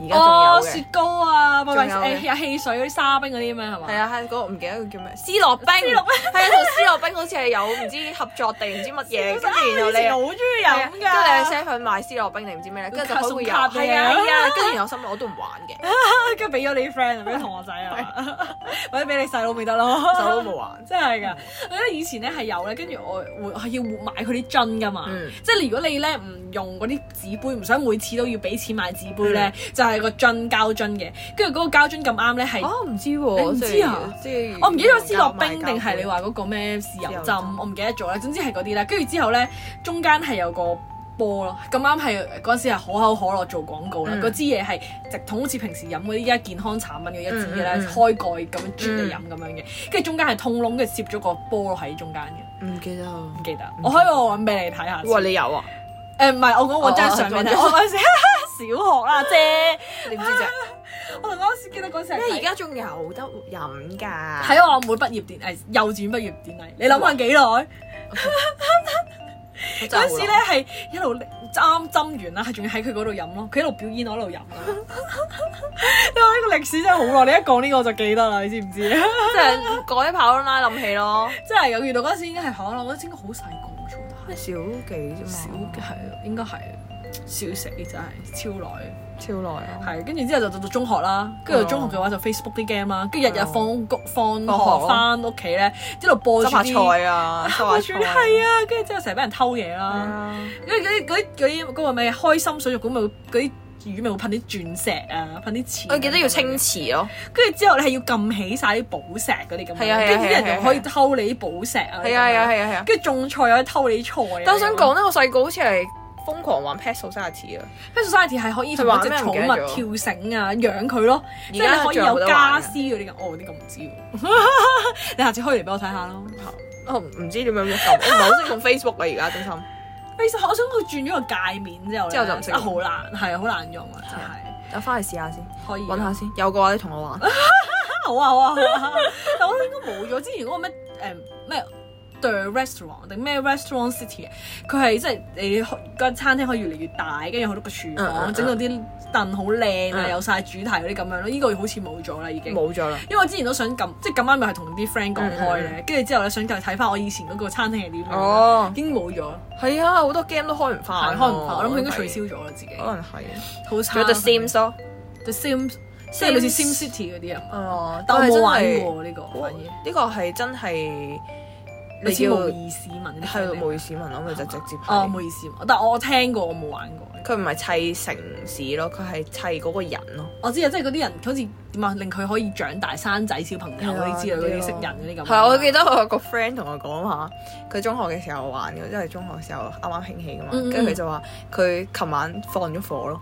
Speaker 1: 而家
Speaker 2: 哦，
Speaker 1: 仲有
Speaker 2: 雪
Speaker 1: 嘅。
Speaker 2: 糕啊，咪
Speaker 1: 仲
Speaker 2: 咪
Speaker 1: 有
Speaker 2: 誒
Speaker 1: 嘅
Speaker 2: 有汽水嗰啲沙冰嗰啲咩係嘛？
Speaker 1: 係，啊，係嗰個唔記得佢叫咩？斯諾冰，
Speaker 2: 斯諾
Speaker 1: 係啊，同斯諾冰好似係有唔知合作定唔知乜嘢，跟住然後
Speaker 2: 哎以
Speaker 1: 你
Speaker 2: 前
Speaker 1: 又
Speaker 2: 好中意
Speaker 1: 係啊
Speaker 2: 飲
Speaker 1: 跟住你去
Speaker 2: 㗎，
Speaker 1: send 去買斯諾冰定唔知咩咧，跟住就
Speaker 2: 卡
Speaker 1: 可以會有，
Speaker 2: 送卡俾你
Speaker 1: 係
Speaker 2: 啊
Speaker 1: 啊係啊，跟住然後我心諗我都唔玩嘅，
Speaker 2: 跟住俾咗你 friend 啊，俾咗同學仔啊， 或者俾你細佬咪 得咯。
Speaker 1: 手都冇玩。
Speaker 2: 真係
Speaker 1: 嗯
Speaker 2: 㗎！我記得以前咧係有咧，跟住我會我係要買佢啲樽㗎嘛，
Speaker 1: 嗯
Speaker 2: 即係如果你咧唔用嗰啲紙杯，唔想每次都要俾錢買紙杯
Speaker 1: 嗯
Speaker 2: 咧，就係個樽膠樽嘅，跟住嗰個膠樽咁啱咧係。
Speaker 1: 啊，唔知
Speaker 2: 你
Speaker 1: 喎，
Speaker 2: 唔知啊
Speaker 1: 即係
Speaker 2: 我唔記得咗思樂冰定係你話嗰個咩豉油
Speaker 1: 豉油
Speaker 2: 浸，
Speaker 1: 浸
Speaker 2: 我唔記得咗啦。總之係嗰啲啦，跟住之後咧，中間係有個波咯。咁啱係嗰陣時係可口可樂做廣告啦，
Speaker 1: 嗯
Speaker 2: 嗰支嘢係直筒，好似平時飲嗰啲依家健康產品嘅一支嘅咧，
Speaker 1: 嗯嗯嗯
Speaker 2: 開蓋咁樣啜嚟飲咁樣嘅，跟住中間係通窿，跟住攝咗個波喺中間嘅。
Speaker 1: 唔記得啊
Speaker 2: 唔？記得，我可以我揾俾你睇下先。
Speaker 1: 哇，你有啊？
Speaker 2: 誒唔係，我講我張相俾你睇。
Speaker 1: 哦
Speaker 2: 我嗰陣時 小學啦啫，
Speaker 1: 你唔知啫？
Speaker 2: 我嗰陣時記得嗰陣時係
Speaker 1: 因為而
Speaker 2: 睇。
Speaker 1: 家仲有得飲㗎。
Speaker 2: 喺我阿妹畢業典禮，幼稚園畢業典禮，你諗下幾耐？嗰陣時咧係一路啱斟完啦，係仲要喺佢嗰度飲咯，佢一路表演我一路飲啊 咯。你話呢個歷史真係好耐，你一講呢個我就記得啦，你知唔知？
Speaker 1: 即係嗰一跑啦，諗起咯，
Speaker 2: 真係有遇到嗰陣時應該係可能，我覺得應該好細個啫，但係
Speaker 1: 小幾啫
Speaker 2: 小嘅係啊應該係小食真係超耐。
Speaker 1: 超耐啊，
Speaker 2: 係，跟住之後就到到中學啦，跟住到中學嘅話就 Facebook 啲 game 啦，跟住日日放工哦放
Speaker 1: 放學
Speaker 2: 學
Speaker 1: 咯
Speaker 2: 翻屋企咧，一路播住
Speaker 1: 執下
Speaker 2: 啲。
Speaker 1: 菜啊，
Speaker 2: 播
Speaker 1: 執
Speaker 2: 住
Speaker 1: 下
Speaker 2: 啲
Speaker 1: 菜
Speaker 2: 係啊，跟住之後成日俾人偷嘢
Speaker 1: 係
Speaker 2: 啦，
Speaker 1: 啊，
Speaker 2: 跟住嗰啲嗰啲嗰啲嗰個咩開心水族館咪會嗰啲魚咪會噴啲鑽石啊，噴啲錢。
Speaker 1: 我記得要清，池咯，
Speaker 2: 跟住之後你係要撳起晒啲寶石嗰啲咁
Speaker 1: 係啊係
Speaker 2: 樣，
Speaker 1: 啊
Speaker 2: 跟住啲
Speaker 1: 係啊係
Speaker 2: 人就
Speaker 1: 啊
Speaker 2: 可以偷你啲寶石啊。
Speaker 1: 係啊係啊
Speaker 2: 咁樣，
Speaker 1: 係啊係啊。
Speaker 2: 跟住種菜又偷你啲菜啊。
Speaker 1: 但我想
Speaker 2: 咁樣
Speaker 1: 講咧，我細個好似係瘋狂玩 Pet Society 啊，
Speaker 2: Pet Society 係可以同
Speaker 1: 佢
Speaker 2: 嗰
Speaker 1: 玩
Speaker 2: 隻
Speaker 1: 咩
Speaker 2: 寵
Speaker 1: 唔記得
Speaker 2: 物
Speaker 1: 咗
Speaker 2: 跳繩啊，養佢咯，即係你可以
Speaker 1: 仲有
Speaker 2: 有
Speaker 1: 得
Speaker 2: 家
Speaker 1: 玩啊
Speaker 2: 私
Speaker 1: 嘅
Speaker 2: 嗰啲咁。哦，啲咁唔知 喎，你下次開嚟俾我睇 下咯。
Speaker 1: 我哦唔知點樣撳，我唔係 好識用 Facebook 啊，而家真心。
Speaker 2: Facebook 我想佢轉咗個界面之後咧
Speaker 1: 之後就唔識
Speaker 2: 啊好難，係啊好難用啊，真係
Speaker 1: 我翻去試下先，
Speaker 2: 可以
Speaker 1: 揾下先，有嘅話你同我玩。
Speaker 2: 啊好啊好啊，好啊但我應該冇咗之前嗰個咩誒咩 The Restaurant 定咩 Restaurant City，啊佢係即係你個餐廳可以越嚟越大，跟住好多個廚
Speaker 1: 嗯嗯
Speaker 2: 房，
Speaker 1: 嗯
Speaker 2: 整到啲凳好靚啊，
Speaker 1: 嗯
Speaker 2: 有晒主題嗰啲咁樣咯。呢個好似冇咗啦，已經。
Speaker 1: 冇咗啦，
Speaker 2: 因為我之前都想撳，即係咁啱又係同啲 friend 講開咧，跟住之後咧想就睇翻我以前嗰個餐廳係點樣，
Speaker 1: 嗯哦
Speaker 2: 已經冇咗，
Speaker 1: 係啊，好多 game 都開唔翻，
Speaker 2: 係開唔翻，我諗佢應該取消咗啦自己，
Speaker 1: 可能係。啊
Speaker 2: 好慘。
Speaker 1: 仲有哦 The Sims 咯，
Speaker 2: The Sims，即係類似 Sim City 嗰啲啊嘛，
Speaker 1: 哦，
Speaker 2: 但我
Speaker 1: 係
Speaker 2: 冇
Speaker 1: 真
Speaker 2: 玩
Speaker 1: 係
Speaker 2: 過呢個，反而
Speaker 1: 呢個係真係
Speaker 2: 你
Speaker 1: 你
Speaker 2: 知
Speaker 1: 要
Speaker 2: 無意市民嗰啲
Speaker 1: 係
Speaker 2: friend 嚟
Speaker 1: 模擬市民咯，咪就直接
Speaker 2: 哦，
Speaker 1: 係
Speaker 2: 無意市民，但我聽過，我冇玩過。
Speaker 1: 佢唔係砌城市咯，佢係砌嗰個人咯。
Speaker 2: 我知啊，即係嗰啲人好似點啊，令佢可以長大生仔小朋友嗰啲之類嗰啲識人嗰啲咁。
Speaker 1: 係啊，我記得我有個 friend 同我講話，佢中學嘅時候玩嘅，因為中學嘅時候啱啱興起噶嘛，
Speaker 2: 嗯嗯
Speaker 1: 跟住佢就話佢琴晚放咗火咯，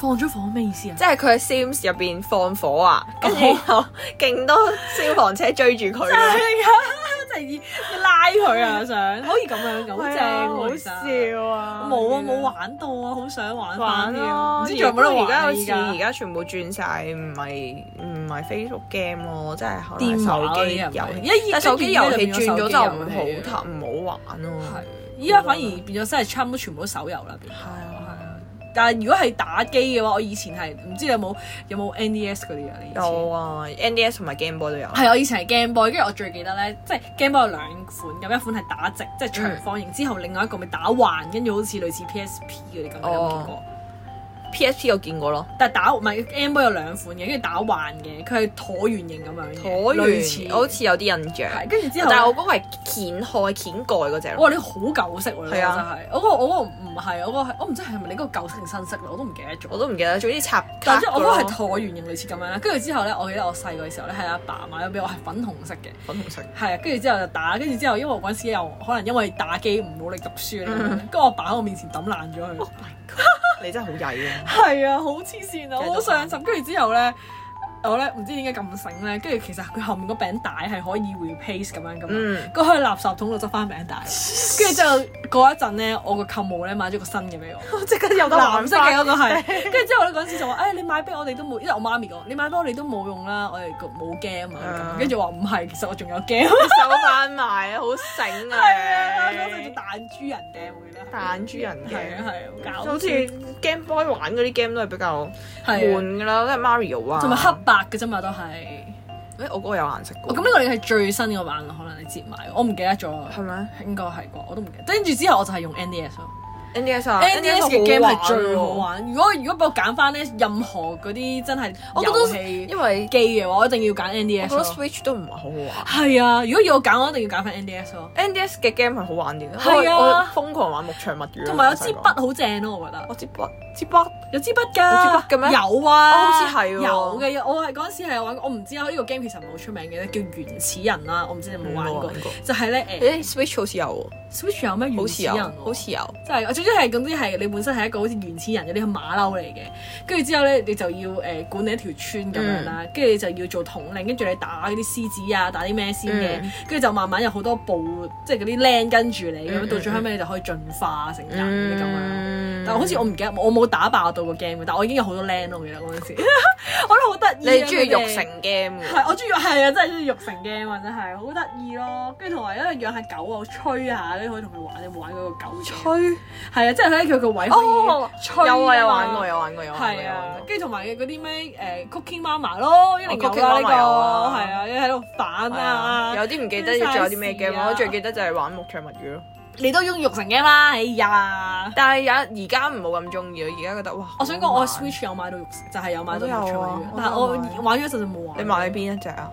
Speaker 2: 放咗火咩意思啊？
Speaker 1: 即係佢喺 Sims 入邊放火啊，跟住 後勁多消防車追住佢
Speaker 2: 真
Speaker 1: 啊，
Speaker 2: 係啊！真係要拉佢啊！想可以咁樣㗎，好正
Speaker 1: 係啊
Speaker 2: 喎！
Speaker 1: 好
Speaker 2: 其實
Speaker 1: 笑啊！
Speaker 2: 冇啊，冇玩到啊，好想玩翻
Speaker 1: 玩
Speaker 2: 添，
Speaker 1: 咯，
Speaker 2: 唔知仲有冇得
Speaker 1: 而
Speaker 2: 玩
Speaker 1: 家
Speaker 2: 啊
Speaker 1: 好似而
Speaker 2: 而家
Speaker 1: 家全部轉晒，唔係唔係 Facebook game 咯，即係可能
Speaker 2: 電話
Speaker 1: 手機
Speaker 2: 嗰啲係咪
Speaker 1: 遊戲。
Speaker 2: 因為
Speaker 1: 但手機遊戲
Speaker 2: 跟住
Speaker 1: 轉
Speaker 2: 而家
Speaker 1: 咗
Speaker 2: 就
Speaker 1: 就
Speaker 2: 變咗
Speaker 1: 唔
Speaker 2: 手機遊戲啊
Speaker 1: 好睇，唔好玩咯。
Speaker 2: 係依家反而變咗真係差唔多全部都手遊啦，變咗
Speaker 1: 係啊
Speaker 2: 但係如果係打機嘅話，我以前係唔知你有冇有冇 NDS 嗰啲啊？你以前
Speaker 1: 有啊，NDS 同埋 Game Boy 都有。
Speaker 2: 係我以前係 Game Boy，跟住我最記得咧，即係 Game Boy 有兩款，咁一款係打直，即係
Speaker 1: 嗯
Speaker 2: 長方形，之後另外一個咪打橫，跟住好似類似 PSP
Speaker 1: 哦
Speaker 2: 嗰啲咁，你有冇見過？
Speaker 1: PSP 我見過咯，
Speaker 2: 但係打唔係 Game Boy 有兩款嘅，跟住打橫嘅，佢係橢圓形咁樣嘅，
Speaker 1: 橢
Speaker 2: 類似
Speaker 1: 圓，我好似有啲印象
Speaker 2: 係。跟住之後呢，
Speaker 1: 但係我嗰個係掀開掀蓋嗰只
Speaker 2: 哇！
Speaker 1: 咯。
Speaker 2: 你好舊式喎，你嗰個
Speaker 1: 係
Speaker 2: 真
Speaker 1: 啊
Speaker 2: 係，我嗰個我嗰個唔係，我嗰個係我唔知係咪你嗰個舊式定新式啦，我都唔記得咗
Speaker 1: 我。都唔記得，總之插卡
Speaker 2: 但係即係
Speaker 1: 嗰
Speaker 2: 我嗰個係
Speaker 1: 個
Speaker 2: 橢圓形類似咁樣啦，跟住之後咧，我記得我細個嘅時候咧，係阿爸買咗俾我係粉紅色嘅，
Speaker 1: 粉紅色。
Speaker 2: 係啊，跟住之後就打，跟住之後因為我嗰陣時又可能因為打機唔努力讀書啦，跟住我爸喺我面前抌爛咗佢，
Speaker 1: 你真係好曳 啊！
Speaker 2: 係啊，好黐線啊，
Speaker 1: 繼續
Speaker 2: 我好上心。跟住之後咧，我咧唔知點解咁醒咧，跟住其實佢後面個餅帶係可以 replace 咁樣咁樣。
Speaker 1: 嗯，
Speaker 2: 嗰去垃圾桶度執翻餅帶，跟住之後嗰一陣咧，我個舅母咧買咗個新嘅俾我，
Speaker 1: 即刻有得
Speaker 2: 藍
Speaker 1: 藍
Speaker 2: 色
Speaker 1: 色
Speaker 2: 嘅
Speaker 1: 嘅
Speaker 2: 嗰個係， 跟住之後咧嗰陣時就話：，誒、哎你買俾我哋都冇，因為我媽咪講你買俾我哋都冇用啦，我哋個冇 game 啊，
Speaker 1: 嗯
Speaker 2: 咁跟住話唔係，其實我仲有 game，
Speaker 1: 手板埋啊，好 醒啊！
Speaker 2: 嗰陣做彈珠人嘅會啦，
Speaker 1: 彈珠人
Speaker 2: 係啊
Speaker 1: 嘅，
Speaker 2: 係啊，好搞
Speaker 1: 好似 Game Boy 玩嗰啲 game 都係比較
Speaker 2: 係啊
Speaker 1: 悶噶啦，都係 Mario 啊。
Speaker 2: 同埋黑白嘅啫嘛都係，
Speaker 1: 黑，誒我嗰個有顏色
Speaker 2: 哦
Speaker 1: 嘅。
Speaker 2: 咁呢個你係最新嘅版啦，可能你接埋，我唔記得咗，
Speaker 1: 係咪
Speaker 2: 應該係啩，我都唔記得。跟住之後我就係用 NDS 咯。
Speaker 1: NDS 啊
Speaker 2: NDS 嘅 game 係最好
Speaker 1: 玩喎。
Speaker 2: 玩。如果如果俾我揀翻咧，任何嗰啲真係
Speaker 1: 我覺
Speaker 2: 遊
Speaker 1: 得
Speaker 2: 戲
Speaker 1: 因為
Speaker 2: 機嘅話，我一定要揀
Speaker 1: 我
Speaker 2: NDS
Speaker 1: 覺得
Speaker 2: 咯。
Speaker 1: Switch 都唔係好好玩。
Speaker 2: 係啊，如果要我揀，我一定要揀翻 NDS 咯。
Speaker 1: NDS 嘅 game 係好玩啲，
Speaker 2: 係啊
Speaker 1: 我我瘋狂玩牧場物語啊，
Speaker 2: 同埋有支
Speaker 1: 我細個
Speaker 2: 筆，好正咯，我覺得
Speaker 1: 我支筆支筆
Speaker 2: 有支筆
Speaker 1: 有
Speaker 2: 㗎，
Speaker 1: 支筆嘅咩哦
Speaker 2: 有啊，
Speaker 1: 我好似係喎
Speaker 2: 有嘅。我係嗰陣時係有玩過，我唔知啊。呢個 game 其實唔係好出名嘅，叫原始人啦。我唔知你有冇玩過
Speaker 1: 嗯冇玩啊過，
Speaker 2: 就係咧
Speaker 1: 誒 Switch 好似有
Speaker 2: 誒 Switch 有咩
Speaker 1: 喎，好似
Speaker 2: 原始人
Speaker 1: 有
Speaker 2: 喎？，
Speaker 1: 好似有，
Speaker 2: 即係我總之係總之係你本身係一個好似原始人嗰啲馬騮嚟嘅，跟住之後咧你就要誒、呃管理一條村咁樣
Speaker 1: 嗯
Speaker 2: 啦，跟住、你就要做統領，跟住你打嗰啲獅子啊，打啲咩先嘅
Speaker 1: 嗯，
Speaker 2: 跟住、就慢慢有好多部即係嗰啲僆跟住你咁樣，
Speaker 1: 嗯
Speaker 2: 到最後尾你就可以進化成人咁樣。但好似我唔記得，我冇打爆到個 game 嘅，但我已經有好多僆咯，我記得嗰陣時， 我都好得意啊。
Speaker 1: 你中意
Speaker 2: 佢哋
Speaker 1: 育成 game 嘅，
Speaker 2: 係，我中意係啊，真係中意育成 game 啊，真係好得意咯。跟住同埋因為養下狗啊，我吹下咧，可以同佢玩，有冇玩嗰個狗吹？係啊，即係咧佢個位可
Speaker 1: 哦
Speaker 2: 以吹啊
Speaker 1: 有啊有玩過有玩過有玩過
Speaker 2: 係
Speaker 1: 有玩
Speaker 2: 啊
Speaker 1: 過，，
Speaker 2: 跟住同埋嗰啲咩誒 Cooking Mama 咯，一定有
Speaker 1: 哦 Cooking
Speaker 2: 啦呢
Speaker 1: Mama
Speaker 2: 個，
Speaker 1: 有啊
Speaker 2: 係啊，一喺度反
Speaker 1: 係啊
Speaker 2: 啊，
Speaker 1: 有啲唔記得仲有啲咩 game，我最啊記得
Speaker 2: 得
Speaker 1: 就係玩牧場物語咯，
Speaker 2: 你都中意育成 game 啦，哎呀！
Speaker 1: 但係有而家唔冇咁中意咯，而家覺得哇，
Speaker 2: 我想講
Speaker 1: 好
Speaker 2: 我
Speaker 1: 玩
Speaker 2: Switch 有買到育成，就係有買
Speaker 1: 我
Speaker 2: 到
Speaker 1: 都有
Speaker 2: 育
Speaker 1: 啊
Speaker 2: 成嘅
Speaker 1: 我都有
Speaker 2: 但係我
Speaker 1: 買
Speaker 2: 玩咗一陣就冇玩。
Speaker 1: 你買邊一隻啊？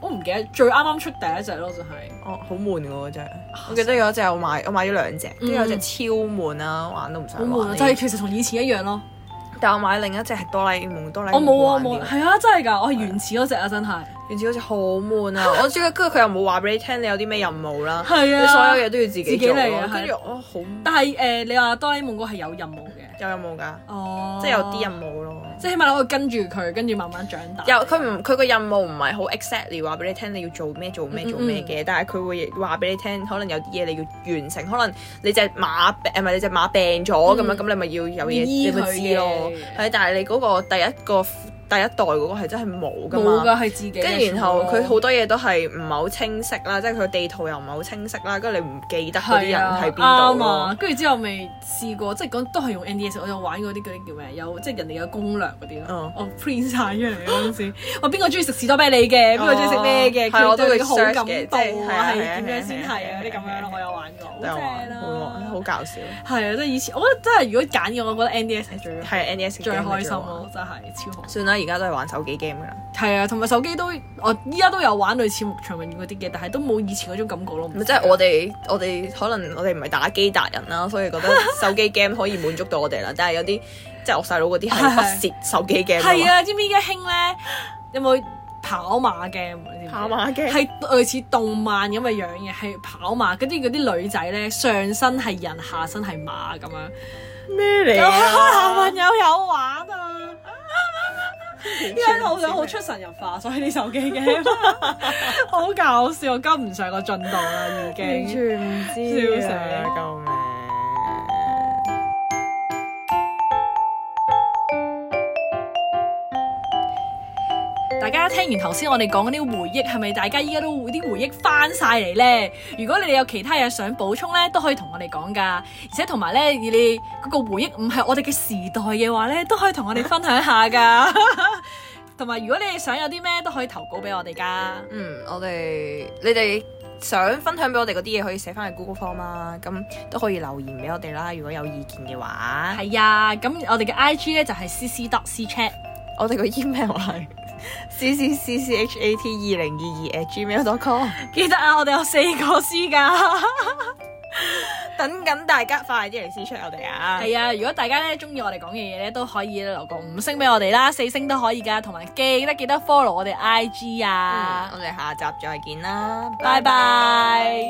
Speaker 2: 我唔記得最啱啱出第一隻咯，就係。
Speaker 1: 哦，好悶嘅喎真係，我記得有一隻我買，我買咗兩隻，跟住有隻
Speaker 2: 啊嗯
Speaker 1: 超悶啦，玩都唔想
Speaker 2: 好悶啊！
Speaker 1: 玩。
Speaker 2: 就係其實同以前一樣咯。
Speaker 1: 但我買另一隻係哆啦 A 夢，哆啦 A 夢
Speaker 2: 我冇啊
Speaker 1: 好玩
Speaker 2: 冇，
Speaker 1: 啲
Speaker 2: 係啊真係㗎，我係原始嗰只啊真係。
Speaker 1: 原始好似好悶啊！ 我知佢跟住佢又冇話俾你聽你有啲咩任務啦，
Speaker 2: 係啊
Speaker 1: 你所有嘢都要自己做
Speaker 2: 自己嚟啊
Speaker 1: 咯
Speaker 2: 係。
Speaker 1: 跟住我哦好
Speaker 2: 但係誒，你話哆啦 A 夢嗰個係有任務嘅，
Speaker 1: 有任務㗎，
Speaker 2: 哦，
Speaker 1: 即係有啲任務咯。
Speaker 2: 即係起碼我跟住佢，跟住慢慢長 大。
Speaker 1: 有佢唔佢個任務唔係好 exactly 話俾你聽你要做咩做咩
Speaker 2: 嗯嗯
Speaker 1: 做咩嘅，但係佢會話俾你聽，可能有啲嘢你要完成，可能你隻馬病誒唔係你隻馬病咗咁樣，咁你咪要有嘢
Speaker 2: 嗯醫
Speaker 1: 你
Speaker 2: 佢
Speaker 1: 咪知咯
Speaker 2: 嘅。
Speaker 1: 係，但係你嗰個第一個第一代嗰個係真係冇㗎
Speaker 2: 冇
Speaker 1: 嘛。
Speaker 2: 㗎，係自己嘅。
Speaker 1: 跟住然後佢
Speaker 2: 全部
Speaker 1: 好多嘢都係唔係好清晰啦，即係佢地圖又唔係好清晰啦，跟住你唔記得嗰啲
Speaker 2: 係
Speaker 1: 人
Speaker 2: 啊
Speaker 1: 喺邊
Speaker 2: 啱
Speaker 1: 度
Speaker 2: 啊，
Speaker 1: 咯。
Speaker 2: 跟住之後咪試過，即係講都係用 NDS，我有玩嗰啲嗰啲叫咩？有即係人哋有攻略嗰啲咯
Speaker 1: 嗯，
Speaker 2: 我 print 晒出嚟嗰陣時， 我邊個中意食士多啤梨嘅，邊個中意食咩嘅，
Speaker 1: 哦係
Speaker 2: 佢
Speaker 1: 我都
Speaker 2: 對
Speaker 1: 會
Speaker 2: 你好
Speaker 1: search
Speaker 2: 感
Speaker 1: 嘅
Speaker 2: 度
Speaker 1: 即係係啊
Speaker 2: 啊，係
Speaker 1: 係啊
Speaker 2: 點樣先係
Speaker 1: 係
Speaker 2: 啊
Speaker 1: 啊
Speaker 2: 嗰啲咁樣咯，我有玩玩過，啊好
Speaker 1: 都有玩，
Speaker 2: 正
Speaker 1: 好玩
Speaker 2: 啦
Speaker 1: 好！搞笑。
Speaker 2: 係啊，即係以前，我覺得真係如果揀嘅，我覺得 NDS 係最
Speaker 1: 係啊 NDS
Speaker 2: 最
Speaker 1: game 係
Speaker 2: 開心啊
Speaker 1: 好玩
Speaker 2: 咯，真係超好。
Speaker 1: 算啦，而家都係玩手機 game 噶啦，
Speaker 2: 係啊，同埋手機都我依家都有玩類似牧場永遠嗰啲嘅，但係都冇以前嗰種感覺咯。唔
Speaker 1: 咪
Speaker 2: 知
Speaker 1: 即係我啊哋我哋可能我哋唔係打機達人啦，所以覺 得手機 game 可以滿足到我哋啦。但係有啲即係我細佬嗰啲係不屑手機 game 㗎嘛
Speaker 2: 係，啊，知唔知依家興咧？有冇跑馬 game？你知唔知
Speaker 1: 跑馬 game
Speaker 2: 係類似動漫咁嘅樣嘅，係跑馬嗰啲嗰啲女仔咧，上身係人，下身係馬咁樣。
Speaker 1: 咩嚟
Speaker 2: 男
Speaker 1: 啊
Speaker 2: 朋？友有玩啊！依家好想好出神入化，所以呢手機 game 好搞笑，跟唔上個進度啦已
Speaker 1: 完
Speaker 2: 經。
Speaker 1: 全唔啊知
Speaker 2: 笑死
Speaker 1: 啊！救命！
Speaker 2: 大家聽完頭先我哋講嗰啲回憶，係咪大家依家都啲回憶翻晒嚟呢？如果你哋有其他嘢想補充呢，都可以同我哋講㗎。而且同埋呢，以你嗰個回憶唔係我哋嘅時代嘅話呢，都可以同我哋分享下㗎。 同埋如果你哋想有啲咩，都可以投稿俾我哋㗎。
Speaker 1: 嗯，我哋你哋想分享俾我哋嗰啲嘢，可以寫翻去 Google Form 啦，咁都可以留言俾我哋啦。如果有意見嘅話，
Speaker 2: 係啊，咁我哋嘅 I G 咧就係 C C dot C chat，
Speaker 1: 我哋個 email 係 c c c c h a t e 二零二二 at gmail dot com，
Speaker 2: 記得啊，我哋有四個 C 噶。
Speaker 1: 等緊大家快啲嚟私出我哋啊！
Speaker 2: 係啊，如果大家咧中意我哋講嘅嘢咧，都可以留個五星俾我哋啦，四星都可以噶，同埋記得記得 follow 我哋 I G
Speaker 1: 嗯
Speaker 2: 啊，
Speaker 1: 我哋下集再見啦，
Speaker 2: 拜拜。